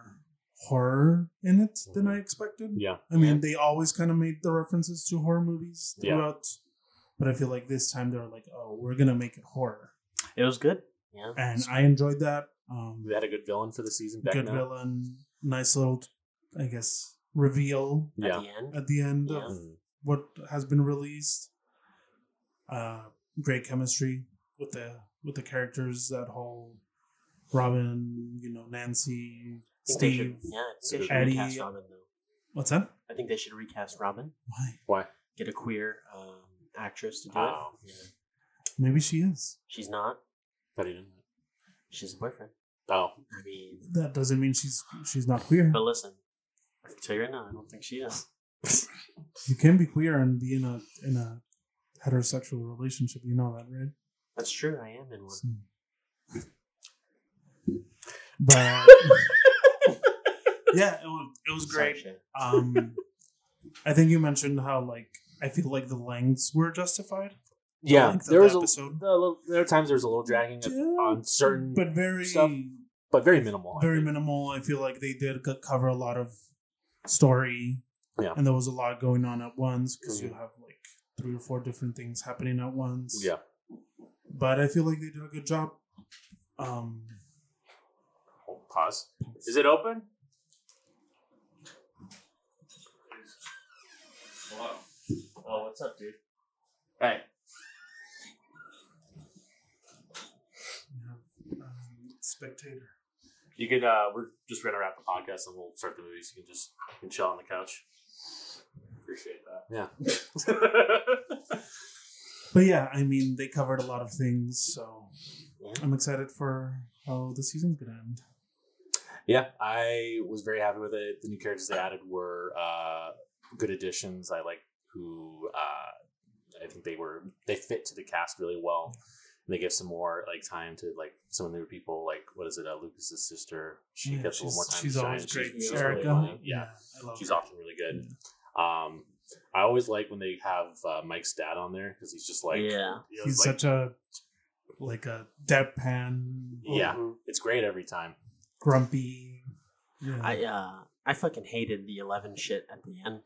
horror in it than I expected.
Mm-hmm. Yeah.
I mean, they always kind of made the references to horror movies
Yeah.
throughout, but I feel like this time they were like, "Oh, we're gonna make it horror,"
It was good. Yeah.
and I enjoyed that. Um,
We had a good villain for the season.
good
Vecna.
villain, nice little, I guess, reveal
At
Yeah.
the end.
at the end
Yeah.
of
Mm.
what has been released. Uh, great chemistry with the with the characters. That whole Robin, you know, Nancy,
I think they
Steve.
Should, yeah. I think they should
Eddie-
recast Robin though.
What's that?
I think they should recast Robin.
Why?
Why?
Get a queer um, actress to do
Oh.
it. Yeah.
Maybe she is.
She's not.
But he didn't.
She's a boyfriend.
Oh,
I mean,
That doesn't mean she's she's not queer.
but listen, I can tell you right now, I don't think she is.
You can be queer and be in a in a heterosexual relationship. You know that, right?
That's true. I am in one.
So- But yeah, it was, it was great.
Sasha.
Um, I think you mentioned how like I feel like the lengths were justified.
yeah,
length of
there
the
was a,
episode.
the little- there were times there was a little dragging of-
Yeah,
on certain, but,
but very
stuff, very minimal. I
very
think.
minimal. I feel like they did co- cover a lot of story.
Yeah. Mm-hmm.
And there was a lot going on at once because you have like three or four different things happening at once.
Yeah,
But I feel like they did a good job. Um,
Hold- pause. Is it open? Hello. Oh, what's up, dude? Hey.
um, spectator.
You could. Uh, we're just gonna wrap the podcast, and we'll start the movies. You can just you can chill on the couch. Appreciate that. Yeah.
But yeah, I mean, they covered a lot of things. So
Yeah.
I'm excited for how the season's going to end.
yeah, I was very happy with it. The new characters they added were uh, good additions. I like who uh, I think they were. They fit to the cast really well. And they give some more like time to like some of the new people. Like what is it? Uh, Lucas's sister. She
Yeah,
gets a little more
she's-
time.
She's
to shine.
always great.
She's, she's really
Erica.
funny. yeah.
I love
She's
her.
often really good. Um, I always like when they have uh, Mike's dad on there because he's just like,
Yeah.
you know,
He's
like,
such a like a deadpan,
yeah,
Mhm.
it's great every time.
grumpy. Yeah.
I uh I fucking hated the eleven shit at the end.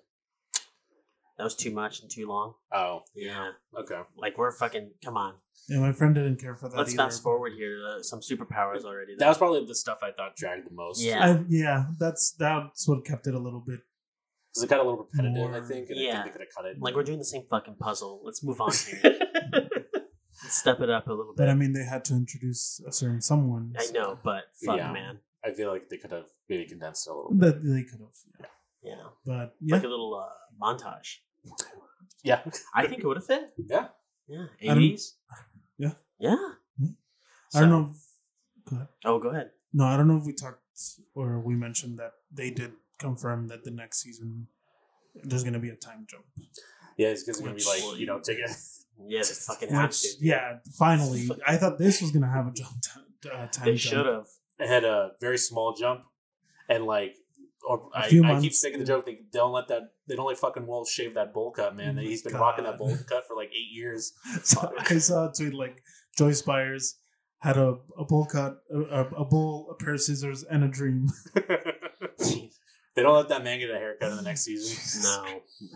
That was too much and too long.
Oh, okay,
Like we're fucking come on.
yeah, my friend didn't care for that.
Let's
either.
fast forward here to some superpowers already.
that was probably the stuff I thought dragged the most.
Yeah.
I, yeah, that's that's what kept it a little bit.
because it got a little repetitive. I
More-
think, and I
Mm, Yeah.
think they could have cut it.
like we're doing the same fucking puzzle. Let's move on here. Let's step it up a little
But
bit.
I mean, they had to introduce a certain someone.
I know, but fuck
Yeah.
man.
I feel like they could have maybe condensed it a little. bit.
that they could have. Yeah.
Yeah.
But yeah,
Like a little uh, montage.
Yeah,
I think it would have fit.
Yeah.
Yeah.
don't-
Eighties?
Yeah.
Yeah.
Mhm. I don't know. If, go ahead.
Oh, go ahead.
No, I don't know if we talked or we mentioned that they did confirm that the next season there's going to be a time jump.
yeah, it's because it's gonna be
Which-
like you know, take it.
Yeah, they fucking have
Which,
to.
yeah, finally, I thought this was going to have a jump. T- uh, time
They
jump.
should have.
It had a very small jump, and like. Or
A
I,
few
I keep
months.
sticking the joke. They don't let that. They don't let fucking Walt shave that bowl cut, man.
Oh my
He's been
God.
rocking that bowl cut for like eight years.
So I saw a tweet uh, like Joyce Byers had a, a bowl cut, a, a a bowl, a pair of scissors, and a dream.
Uh-huh. they don't let that man get a haircut in the next season.
No,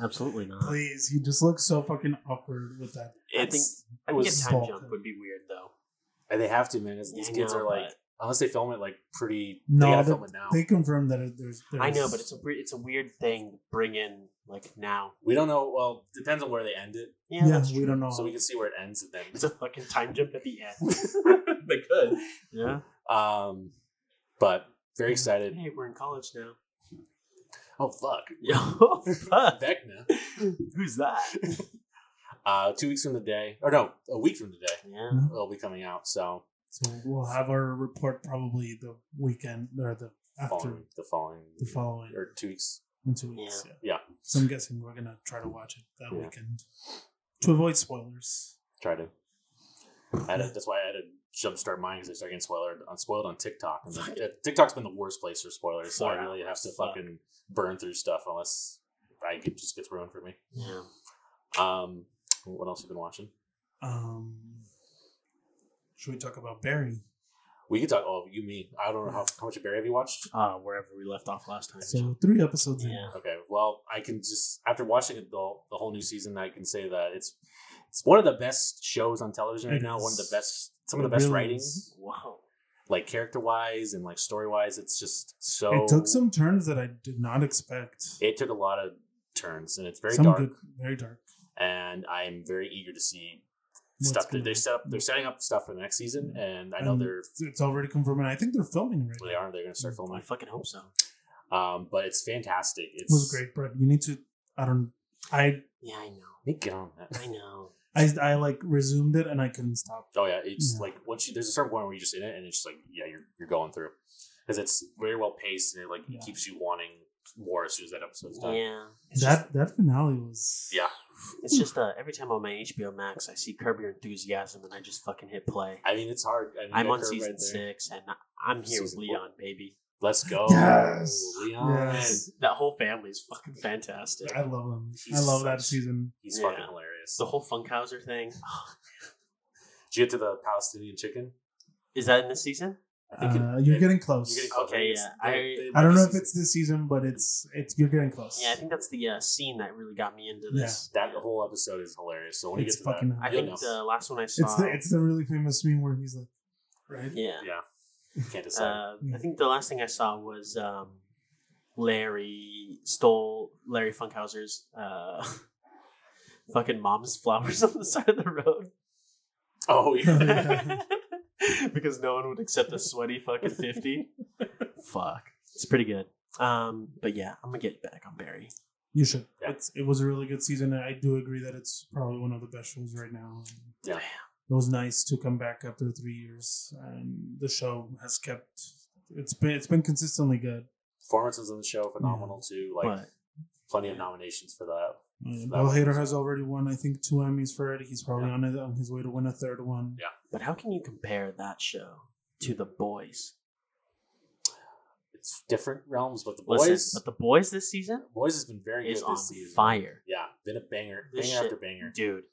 absolutely not.
Please, he just looks so fucking awkward with that.
It's
I think a
it was
time
small.
jump would be weird though.
and they have to man. 'cause
Yeah,
These
I
kids
know,
are like
but-
unless they film it like pretty.
No,
they gotta
they-
film it now.
They confirmed that it, there's, there's.
I know, but it's a weir- it's a weird thing to bring in like now.
we don't know. Well, depends on where they end it,
Yeah,
yeah,
that's
we
true.
don't know.
so we can see where it ends and
It's a
then
fucking time jump at the end.
they could.
Yeah.
Um, but very excited.
Hey, we're in college now.
Oh fuck,
Yo, fuck.
Vecna.
Who's that?
Uh, two weeks from the day, or no, a week from today,
Yeah.
it'll be coming out. So
so we'll have our report probably the weekend or the after
following the following
the following
or two weeks.
in two weeks. Yeah.
Yeah.
So I'm guessing we're gonna try to watch it that
Yeah.
weekend to avoid spoilers.
Try to. I had to that's why I had to jumpstart mine because I started getting spoiled on spoiled on TikTok. And the, uh, TikTok's been the worst place for spoilers, so I
Four
really have to
Fuck.
fucking burn through stuff unless I get, just gets ruined for me.
Yeah.
Um, what else you been watching?
Um, should we talk about Barry?
We could talk. Oh, you me. I don't know how, how much of Barry have you watched.
Uh, wherever we left off last time.
So three episodes in.
yeah.
Okay, well, I can just after watching it the, the whole new season, I can say that it's it's one of the best shows on television right
It
now. One of the
is.
best, some of the
It
best
really
writing,
is.
Wow.
like character wise and like story wise. It's just so
It took some turns that I did not expect.
it took a lot of turns and it's very
Some
dark
good- very dark.
and i'm very eager to see
What's
stuff that
gonna
they set up they're
happen.
setting up stuff for the next season and i know
And
they're
it's- It's already confirmed. and I think they're filming right
they
now.
are they're gonna start
I
filming
fucking hope so.
um but it's fantastic it's
It was great, Brett. You need to. I don't. I
Yeah, I know.
Nick, get on that
I know.
I I like resumed it and I couldn't stop.
oh yeah it's
Yeah.
like once you there's a certain point where you're just in it and it's just like yeah you're, you're going through because it's very well paced and it like
Yeah.
keeps you wanting more as soon as that episode's done
Yeah. It's
that that finale was.
Yeah.
just, it's just uh, every time on my HBO Max, I see Curb Your Enthusiasm and I just fucking hit play.
i mean it's hard I mean,
I'm
that
on
curve
season
right there.
six and I'm here
Season four.
with Leon, baby.
let's go
Yes.
leon
Yes.
That whole family is fucking fantastic.
I love him.
He's
I love that
such-
season.
he's
Yeah.
fucking hilarious hilarious.
The whole Funkhauser thing.
Did you get to the Palestinian chicken?
Is that in this season?
I think it-
Uh, you're
it-
getting close.
You're getting close.
Okay,
It's-
yeah.
they-
I-
they-
I don't know
this is-
if it's this season, but it's it's you're getting close.
Yeah, I think that's the uh, scene that really got me into
Yeah.
this.
that whole episode is hilarious. So when
it's
you get to
fucking.
I
You'll
think
know.
the last one I saw.
it's the it's the really famous meme where he's like, right?
yeah.
that, yeah, you can't decide.
Uh,
Mm.
I think the last thing I saw was um, Larry stole Larry Funkhauser's uh, fucking mom's flowers on the side of the road
oh, yeah.
because no one would accept a sweaty fucking fifty. Fuck, it's pretty good. Um, but yeah, I'm gonna get back on Barry.
You should.
Yeah.
It's it was a really good season, and I do agree that it's probably one of the best shows right now.
Yeah.
It was nice to come back after three years, and the show has kept. It's been it's been consistently good.
performances on the show phenomenal too. Like
but
plenty of nominations for that.
Uh,
That
Bill
one
Hader
was-
has already won, I think, two Emmys for it. He's probably
Yeah.
on, it, on his way to win a third one.
Yeah.
but how can you compare that show to The Boys?
It's different realms, but the boys,
Listen, but The Boys this season
boys has been very
is
good
on
this season.
fire,
Yeah, been a banger,
This
banger
shit-
after banger.
dude.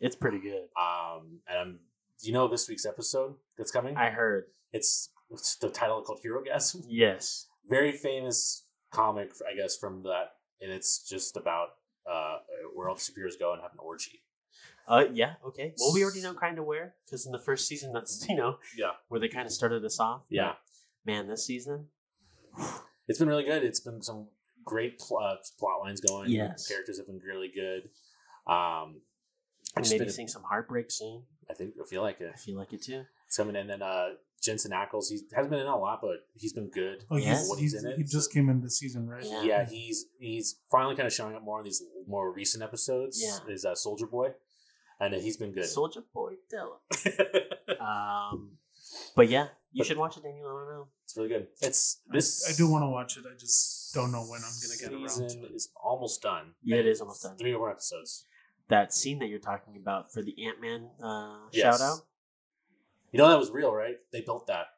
It's pretty good.
Um, and I'm, do you know this week's episode that's coming?
I heard.
it's, it's the title called Hero Gas.
Yes.
very famous comic, I guess, from that, and it's just about uh, where all the superheroes go and have an orgy.
Uh, yeah, okay. Well, we already know kind of where, because in the first season, that's, you know,
Yeah,
where they kind of started us off.
yeah.
But, Man, this season,
It's been really good. It's been some great pl- uh, plot lines going.
Yes.
characters have been really good. Um,
I'm
It's
maybe
been a-
seeing some heartbreak soon.
I think I feel like it.
I feel like it too.
It's coming, and then uh, Jensen Ackles. He hasn't been in a lot, but he's been good.
Oh,
Yeah.
he's,
What
he's,
he's in it,
he just
so-
came in this season, right?
Yeah.
Yeah, he's he's finally kind of showing up more in these more recent episodes.
Yeah.
is uh, Soldier Boy, and uh, he's been good.
Soldier Boy Della. um, but yeah, you
But-
should watch it, Daniel. I don't know.
it's really good. It's
I-
this.
I, do want to watch it. I just don't know when I'm gonna get around
season
to it.
is almost done.
Yeah, it is almost done.
Three more episodes.
That scene that you're talking about for the Ant Man uh,
Yes.
shout out.
You know that was real, right? They built that.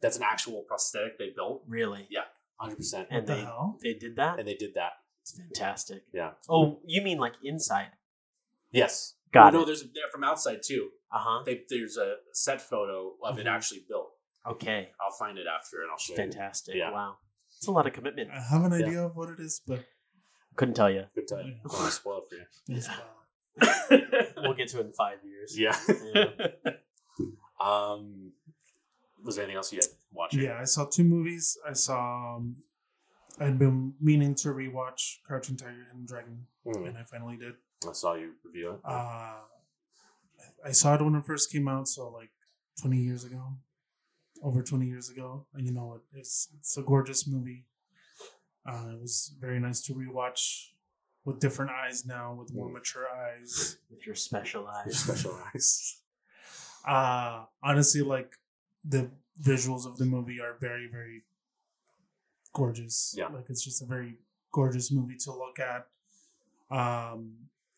That's an actual prosthetic they built.
Really?
Yeah. Hundred percent.
And
What the
they-
hell?
They did that?
And they did that.
It's fantastic.
Yeah.
Oh, you mean like inside?
Yes.
Got
Well, No,
it.
there's they're from outside too.
Uh huh.
They, there's a set photo of it
Mhm.
actually built.
Okay.
I'll find it after and I'll show you.
Fantastic.
Yeah.
Wow. It's a lot of commitment.
I have an
Yeah.
idea of what it is, but
Couldn't tell you.
Good time. I'm gonna spoil it for you.
it's,
Yeah.
uh,
We'll get to it in five years.
yeah.
Yeah.
Um. Was there anything else you had watching?
yeah, I saw two movies. I saw. Um, I'd been meaning to rewatch Crouching Tiger and Dragon,
Mm,
and I finally did.
I saw you review it.
Uh, I- I saw it when it first came out, so like 20 years ago, over 20 years ago. And you know what? It's it's a gorgeous movie. Uh, it was very nice to rewatch with different eyes now, with more mature eyes.
With your special
Your
eyes.
special eyes.
Uh, honestly, like the visuals of the movie are very, very gorgeous.
Yeah.
Like it's just a very gorgeous movie to look at. Um,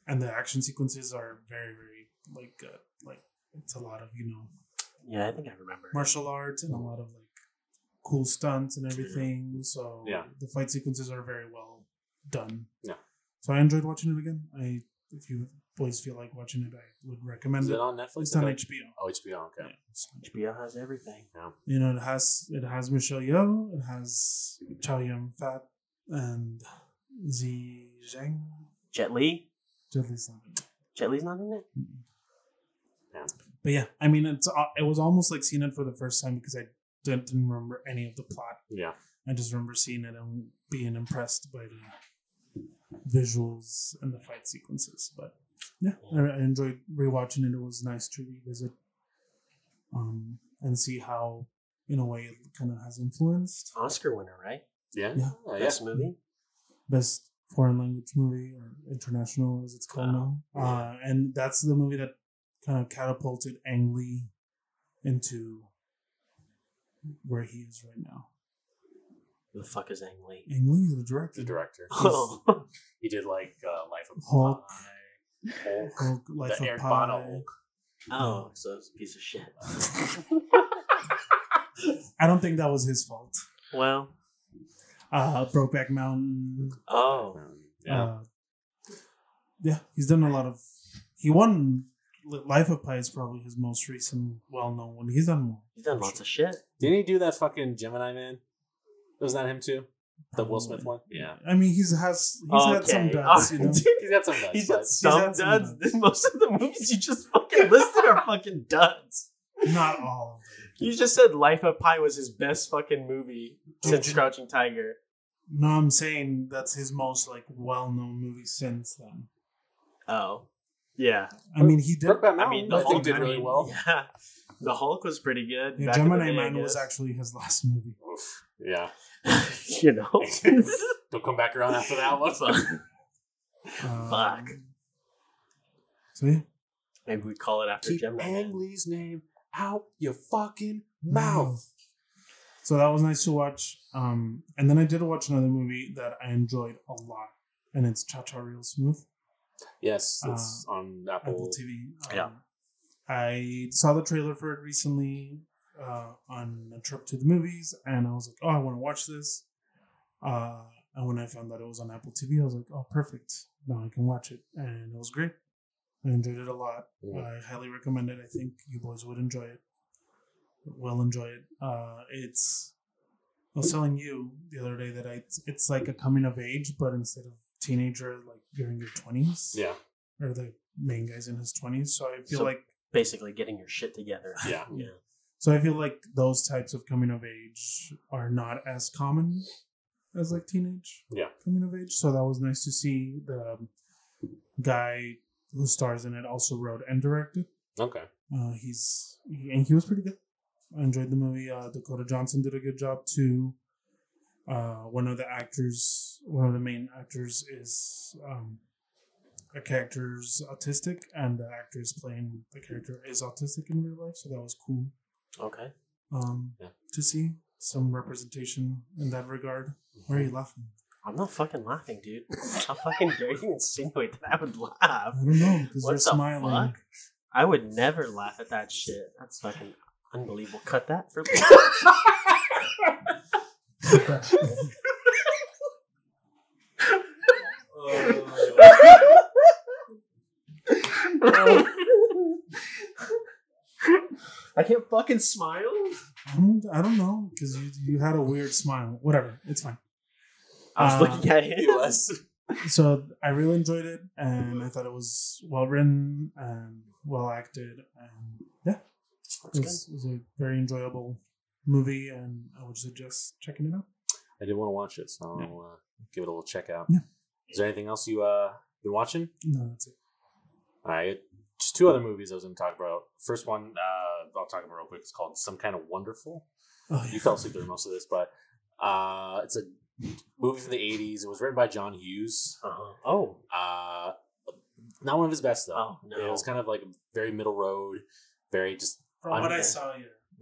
and the action sequences are very, very like good. Like it's a lot of you know
Yeah, I think I remember.
martial arts and a lot of like cool stunts and everything. So
Yeah.
the fight sequences are very well done.
Yeah.
So I enjoyed watching it again. I if you boys feel like watching it, I would recommend
Is it
it.
on Netflix?
It's on
Okay.
HBO.
Oh, HBO. Okay.
HBO has everything.
You know, it has it has Michelle Yeoh, it has Chow Yun Fat, and Z Zhang.
Jet Li?
Definitely not.
Jet Li's not in it?
But yeah, I mean, it's uh, it was almost like seeing it for the first time because I didn't, didn't remember any of the plot.
Yeah.
I just remember seeing it and being impressed by the visuals and the fight sequences. But yeah, I, I enjoyed rewatching it. It was nice to revisit um, and see how, in a way, it kind of has influenced.
Oscar winner, right?
Yeah.
Yeah.
Oh, yeah.
Best movie?
best foreign language movie or international as it's called
Oh.
Wow.
now. Uh, and that's the movie that kind of catapulted Ang Lee into where he is right now.
Who the fuck is Ang Lee?
Ang Lee is the director.
The director.
Oh,
He did like uh, Life of
Hulk.
Pi, Hulk,
Hulk, Life
the
of
Eric
Pi.
Bana Hulk.
oh, so it's a piece of shit.
I don't think that was his fault.
well,
Uh, Brokeback Mountain.
oh,
Um,
Um,
Yeah,
Uh, yeah, he's done a lot of he won Life of Pi is probably his most recent well known one. He's done more.
He's done lots of shit.
Didn't he do that fucking Gemini man? Was that him too? The Will Smith one? Yeah.
I mean, he's has he's had some
Okay.
duds, you know.
He's got some guts,
He's
but
got some
had some
duds. Most of the movies you just fucking listed are fucking duds.
Not all. of them.
You just said Life of Pi was his best fucking movie since Crouching Tiger.
No, I'm saying that's his most like well known movie since then.
Oh, yeah.
I mean, he did.
Brokeback
I mean,
Mountain,
the
I
Hulk
think did really well.
Yeah, the Hulk was pretty good.
Yeah,
back in the day,
Gemini
I
Man was
guess.
actually his last movie.
Oof. Yeah.
you know.
Don't come back around after that one.
Um,
Fuck.
So yeah,
Maybe we call it after
Keep
Gemini. Man.
Ang Lee's name out your fucking
Mm.
mouth.
mouth. So that was nice to watch. Um, and then I did watch another movie that I enjoyed a lot, and it's Cha Cha Real Smooth.
Yes, it's
Uh,
on Apple.
Apple TV. Um,
Yeah.
I saw the trailer for it recently uh, on a trip to the movies, and I was like, oh, I want to watch this. Uh, and when I found that it was on Apple TV, I was like, oh, perfect. Now I can watch it. And it was great. I enjoyed it a lot.
Yeah.
I highly recommend it. I think you boys would enjoy it. Will enjoy it. Uh, it's. I was telling you the other day that I, it's like a coming of age, but instead of teenager, like you're in your 20s
Yeah,
or the main guy's in his 20s so i feel
So-
like
Basically, getting your shit together.
yeah.
Yeah.
so i feel like those types of coming of age are not as common as like teenage
Yeah.
coming of age so that was nice to see the guy who stars in it also wrote and directed
Okay.
uh, he's he, and he was pretty good i enjoyed the movie uh, dakota johnson did a good job too uh, one of the actors one of the main actors is um, a character's autistic and the actor is playing the character is autistic in real life so that was cool
Okay.
um,
Yeah.
to see some representation in that regard
Mm-hmm.
why are you laughing
I'm not fucking laughing, dude. How fucking dare you insinuate that I would laugh?
i don't know because
What
you're
the
smiling
fuck? I would never laugh at that shit. That's fucking unbelievable. Cut that for me.
Uh,
I can't fucking smile.
I'm- i don't know because you, you had a weird smile whatever it's fine
I was
Uh,
looking at him.
so I really enjoyed it, and I thought it was well written and well acted, and yeah, it was, it was a very enjoyable movie, and I would suggest checking it out.
I did want to watch it, so I'll uh, give it a little check out.
Yeah.
Is there anything else you uh been watching?
No, that's it.
All right, just two other movies I was going to talk about. First one, uh, I'll talk about real quick. It's called Some Kind of Wonderful.
Oh,
You fell asleep during most of this, but uh, it's a movie from the '80s. It was written by John Hughes.
Uh-huh. Oh.
Uh, not one of his best though.
Oh, no.
It was kind of like very middle road, very just
From what I saw,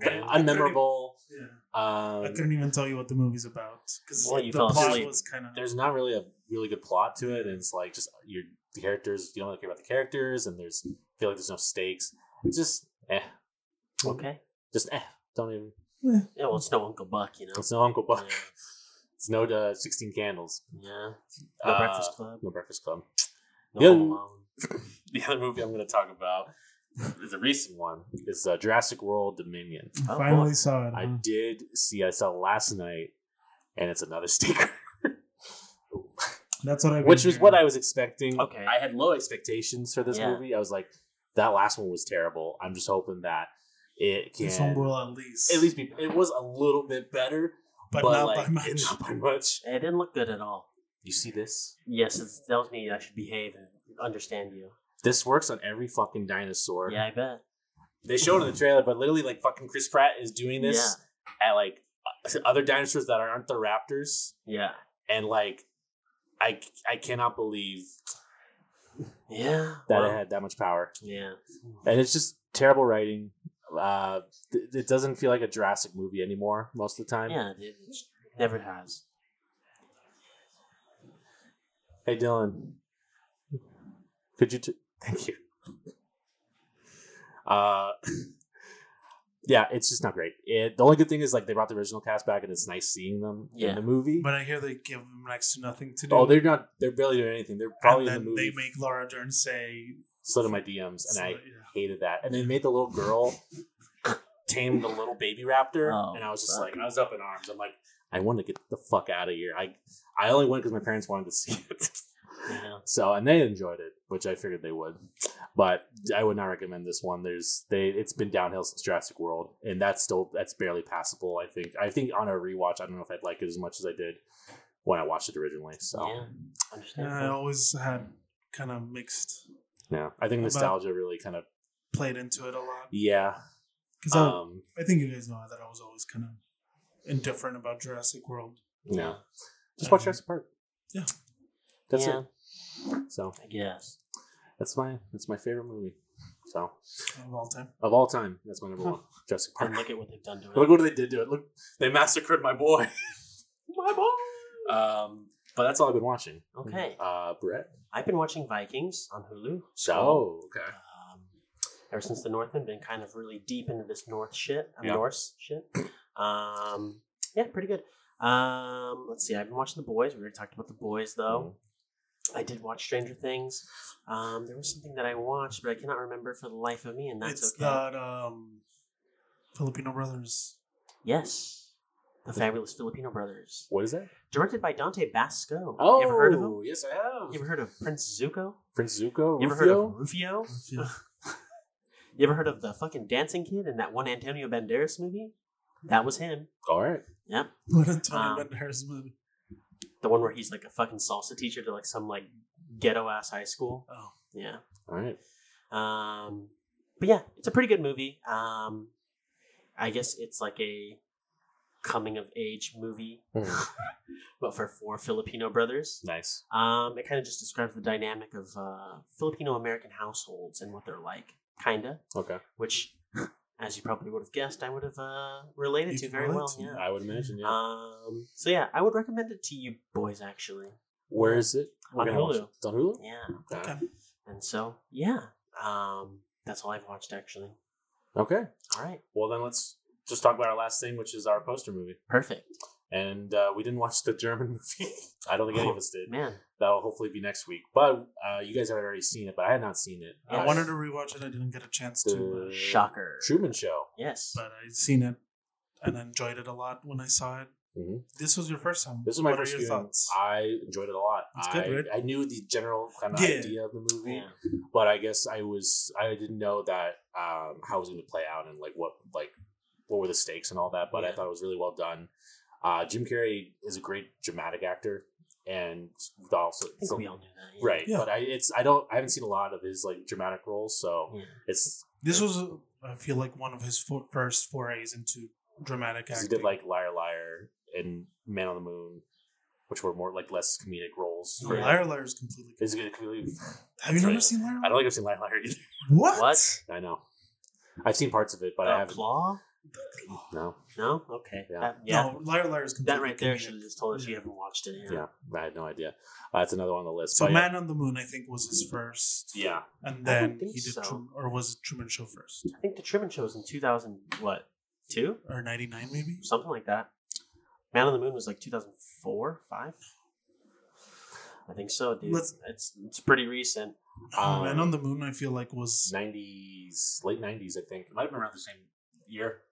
yeah,
unmemorable.
yeah, I
Um,
couldn't even tell you what the movie's about because
Well, you
the
fell
plot
asleep.
was kind of
there's not really a really good plot to it, and it's like just your the characters. You don't really care about the characters, and there's feel like there's no stakes. It's just eh,
Okay.
just eh. Don't even.
Yeah, well, it's no Uncle Buck, you know?
It's no Uncle Buck. It's no uh, Sixteen Candles.
Yeah. No
Uh,
Breakfast Club.
No Breakfast Club.
No
yeah.
Home Alone.
The other movie I'm going to talk about is a recent one. Is uh, Jurassic World Dominion.
I
Oh,
finally
boy.
saw it.
I
huh?
did see. I saw it last night, and it's another sticker.
That's what I
which was what I was expecting.
Okay.
I had low expectations for this
Yeah.
movie. I was like, that last one was terrible. I'm just hoping that it can
this one will at least
at least be. It was a little bit better,
but,
but,
not
like,
by much.
Not by much.
It didn't look good at all.
You see this?
Yes, it tells me I should behave and understand you.
This works on every fucking dinosaur.
Yeah, I bet.
They showed it in the trailer, but literally, like fucking Chris Pratt is doing this at like uh, other dinosaurs that aren't the raptors,
Yeah.
and like. I, I cannot believe
Yeah.
that
Wow.
it had that much power.
Yeah.
and it's just terrible writing. Uh, th- it doesn't feel like a Jurassic movie anymore most of the time.
Yeah, it just never has.
Hey, Dylan, could you? T- Thank you. Uh, yeah, it's just not great. It, the only good thing is like they brought the original cast back, and it's nice seeing them
Yeah.
in the movie.
but I hear they give him next to nothing to do.
oh, they're not. They're barely doing anything. They're
and
probably in
then
the movie.
they make Laura Dern say
slid in my DMs, and
So,
I
yeah.
hated that. And they made the little girl tame the little baby raptor,
Oh,
and I was just
fuck.
like, I was up in arms. I'm like, I want to get the fuck out of here. I I only went because my parents wanted to see it.
Yeah.
So and they enjoyed it, which I figured they would. But I would not recommend this one. There's they it's been downhill since Jurassic World, and that's still that's barely passable. I think I think on a rewatch, I don't know if I'd like it as much as I did when I watched it originally. So
Yeah.
And I
Understandable.
always had kind of mixed,
yeah, I think
About-
nostalgia really kind of
played into it a lot.
yeah.
Because
Um,
I, think you guys know that I was always kind of indifferent about Jurassic World.
yeah, just watch
Um,
Jurassic Park.
yeah.
that's
Yeah.
it. So
I guess.
that's my that's my favorite movie. So
Of all time.
of all time, that's my number one. Jurassic Park.
And look at what they've done to it.
Look what they did to it. Look, they massacred my boy.
my boy.
Um, but that's all I've been watching.
Okay.
Uh, Brett.
I've been watching Vikings on Hulu.
So okay.
um, ever since the Northmen, been kind of really deep into this North shit, um,
Yeah.
Norse shit. Um, yeah, pretty good. Um, let's see. I've been watching The Boys. We already talked about The Boys, though.
Mm-hmm.
I did watch Stranger Things. Um, there was something that I watched, but I cannot remember for the life of me, and that's
it's
okay.
that um, Filipino Brothers.
Yes, the fabulous Filipino Brothers,
What is that?
directed by Dante Basco.
Oh,
you ever heard of him?
Yes, I have.
You ever heard of Prince Zuko?
Prince Zuko.
You ever heard of Rufio?
Yeah.
You ever heard of the fucking dancing kid in that one Antonio Banderas movie? That was him.
All right.
Yep.
What Antonio
Um,
Banderas movie.
The one where he's like a fucking salsa teacher to like some like ghetto ass high school.
Oh.
Yeah.
All right.
Um but yeah, it's a pretty good movie. Um I guess it's like a coming of age movie, but for four Filipino brothers.
nice.
Um, it kind of just describes the dynamic of uh, Filipino American households and what they're like, kinda.
Okay.
Which, as you probably would have guessed, I would have uh, related
You
to
can
very
relate
well.
to.
Yeah.
I would imagine. Yeah.
Um, so yeah, I would recommend it to you boys actually.
Where is it?
on
We're gonna watch
Hulu.
it. It's on Hulu.
Yeah.
Okay.
Okay.
And so yeah. Um, that's all I've watched actually.
Okay.
All right.
Well, then let's just talk about our last thing, which is our poster movie.
Perfect.
And uh, we didn't watch the German movie. I don't think
Oh.
any of us did.
Man.
That'll hopefully be next week. But uh, you guys have already seen it, but I had not seen it.
I
Yes.
Uh,
wanted to rewatch it. I didn't get a chance to,
Uh,
Shocker.
Truman Show.
Yes.
but I'd seen it and enjoyed it a lot when I saw it.
Mm-hmm.
This was your first time.
This is my
what
first
are your
viewing.
thoughts?
I enjoyed it a lot.
It's
I,
good, right?
I knew the general kind of
Yeah.
idea of the movie,
Yeah.
but I guess I was I didn't know that um, how it was going to play out and like what like what were the stakes and all that. But I
Yeah.
thought it was really well done. Uh, Jim Carrey is a great dramatic actor, and also
I think
so-
we all knew that. yeah.
right.
Yeah.
But I it's I don't I haven't seen a lot of his like dramatic roles, so
Yeah.
it's
This was, uh, I feel like, one of his fo- first forays into dramatic
'cause he
acting.
did like Liar Liar and Man on the Moon, which were more like less comedic roles.
No,
for him.
Liar Liar is completely.
Is it completely?
Have you
Right.
never seen Liar?
I don't think I've seen Liar Liar either.
What?
What?
I know. I've seen parts of it, but I
Uh,
haven't.
claw?
No,
No. Okay.
Yeah.
That- yeah.
No, Liar Liar is completely.
that right there
comedic.
should have just told us you haven't watched it.
yeah. I had no idea. Uh, that's another one on the list.
So
but
Man on the Moon, I think, was his first.
yeah, yeah,
And
I don't
then he
think
did,
so.
Tru- or was it Truman Show first,
I think the Truman Show was in 2000, what, two?
or '99 maybe?
Something like that. Man on the Moon was like 2004, 5? I think so, dude.
Let's-
It's it's pretty recent.
Oh, Man
Um,
on the Moon, I feel like was
nineties, late nineties, I think. It might have been around the same year,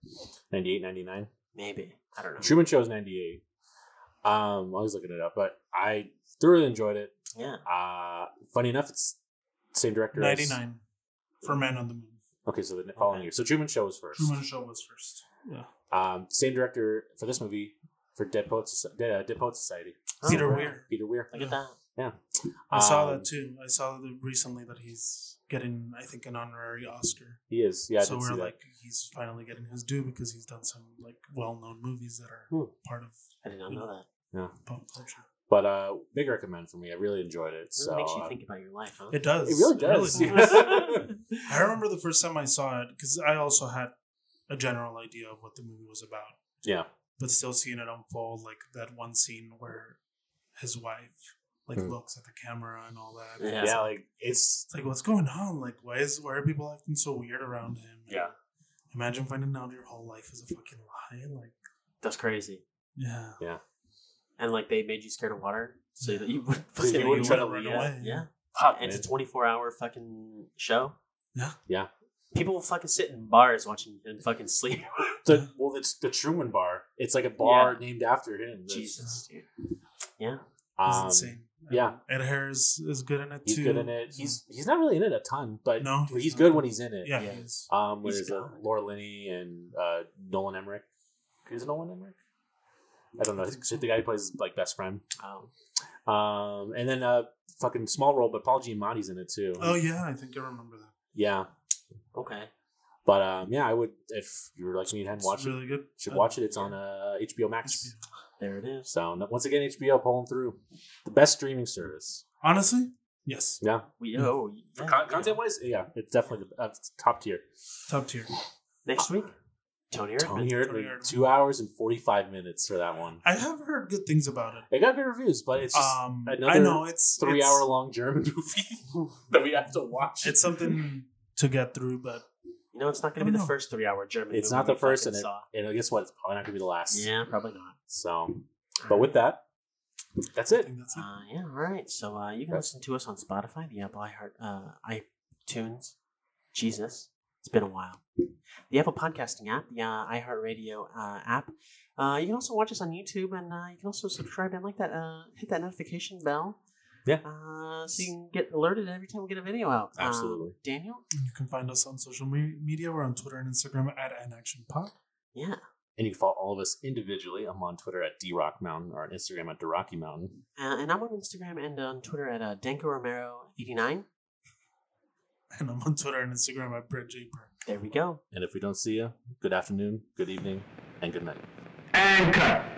98, 99.
Maybe. I don't know.
Truman Show is ninety eight. Um, I was looking it up, but I thoroughly enjoyed it.
Yeah.
Uh, funny enough, it's same director. as-
'99 for Man on the Moon.
Okay, so the following
Okay.
year. So Truman Show was first.
Truman Show was first. Yeah.
Um, same director for this movie for Dead Poets, Soci- Dead, uh, Dead Poets Society.
Peter
wow.
Weir.
Peter Weir.
Look at that.
I saw
Um,
that too. I saw that recently that he's getting, I think, an honorary Oscar.
He is. Yeah, I
so
did
we're
see that.
like, he's finally getting his due because he's done some like well-known movies that are
Hmm.
part of
I did not know that.
pop culture.
But uh, big recommend for me. I really enjoyed it.
It
So
really makes you
uh,
think about your life, huh?
It does.
it really does.
really
does.
I remember the first time I saw it because I also had a general idea of what the movie was about,
yeah.
but still seeing it unfold, like that one scene where his wife like
Hmm.
looks at the camera and all that.
Yeah.
yeah, Like it's
It's like, what's going on? Like, why is why are people acting so weird around him?
Yeah.
Imagine finding out your whole life is a fucking lie. Like,
That's crazy.
yeah.
And like they made you scared of water so that you would
So you
fucking
wouldn't try to
run
yeah,
away.
Yeah.
Fuck,
and it's
man.
a 24 hour fucking show.
Yeah.
Yeah.
People will fucking sit in bars watching and fucking sleep.
The, well, it's the Truman Bar. It's like a bar named after him. That's-
Jesus, dude. Yeah.
He's
um,
insane.
yeah.
Ed Harris is good in it
He's
too.
good in it. He's he's not really in it a ton, but
No,
he's,
he's not.
good when he's in it.
yeah,
yeah.
he is.
Um,
He's
with uh,
gone.
Laura Linney and uh, Nolan Emmerich. Is it Nolan Emmerich? I don't know. He's the guy who plays like best friend.
Um,
Um, and then uh, fucking small role, but Paul Giamatti's in it too.
Oh yeah, I think I remember that.
Yeah,
okay.
but um, yeah, I would if you were like me and
It's
watch it.
really good.
Should
Uh,
watch it. It's on uh, HBO Max.
There it is.
So no- once again, HBO pulling through the best streaming service.
Honestly, yes,
Yeah,
We, oh, yeah,
Hmm. Con-
yeah.
content wise, yeah, it's definitely the uh, it's top tier.
top tier.
Next week, Tony Erdman.
Tony
Tony
Erdman,
Erdman.
two hours and forty five minutes for that one.
I have heard good things about it.
It got good reviews, but it's just
Um, I
another
know it's
three
it's-
hour long German movie that we have to watch.
It's something to get through, but
You know, it's not going to
I don't
be the
know.
first three hour German
It's
movie
not the
we
first,
fucking
and it,
saw.
and guess what? It's probably not gonna be the last.
Yeah, probably not.
So, but with that, that's
I
it.
think that's it.
Uh, yeah, all right. So uh, you can
Okay.
listen to us on Spotify, the Apple iHeart, uh, iTunes. Jesus, it's been a while. The Apple Podcasting app, the uh, iHeartRadio uh, app. Uh, you can also watch us on YouTube, and uh, you can also subscribe and like that. Uh, hit that notification bell.
Yeah.
Uh, so you can get alerted every time we get a video out. Um,
Absolutely.
Daniel.
You can find us on social me- media. We're on Twitter and Instagram at AnActionPod.
Yeah.
And you can follow all of us individually. I'm on Twitter at drock Mountain or on Instagram at DRocky Mountain.
Uh, and I'm on Instagram and on Twitter at uh, Danko Romero eighty nine.
And I'm on Twitter and Instagram at Brett J. Burke.
There we go.
And if we don't see you, good afternoon, good evening, and good night.
And cut.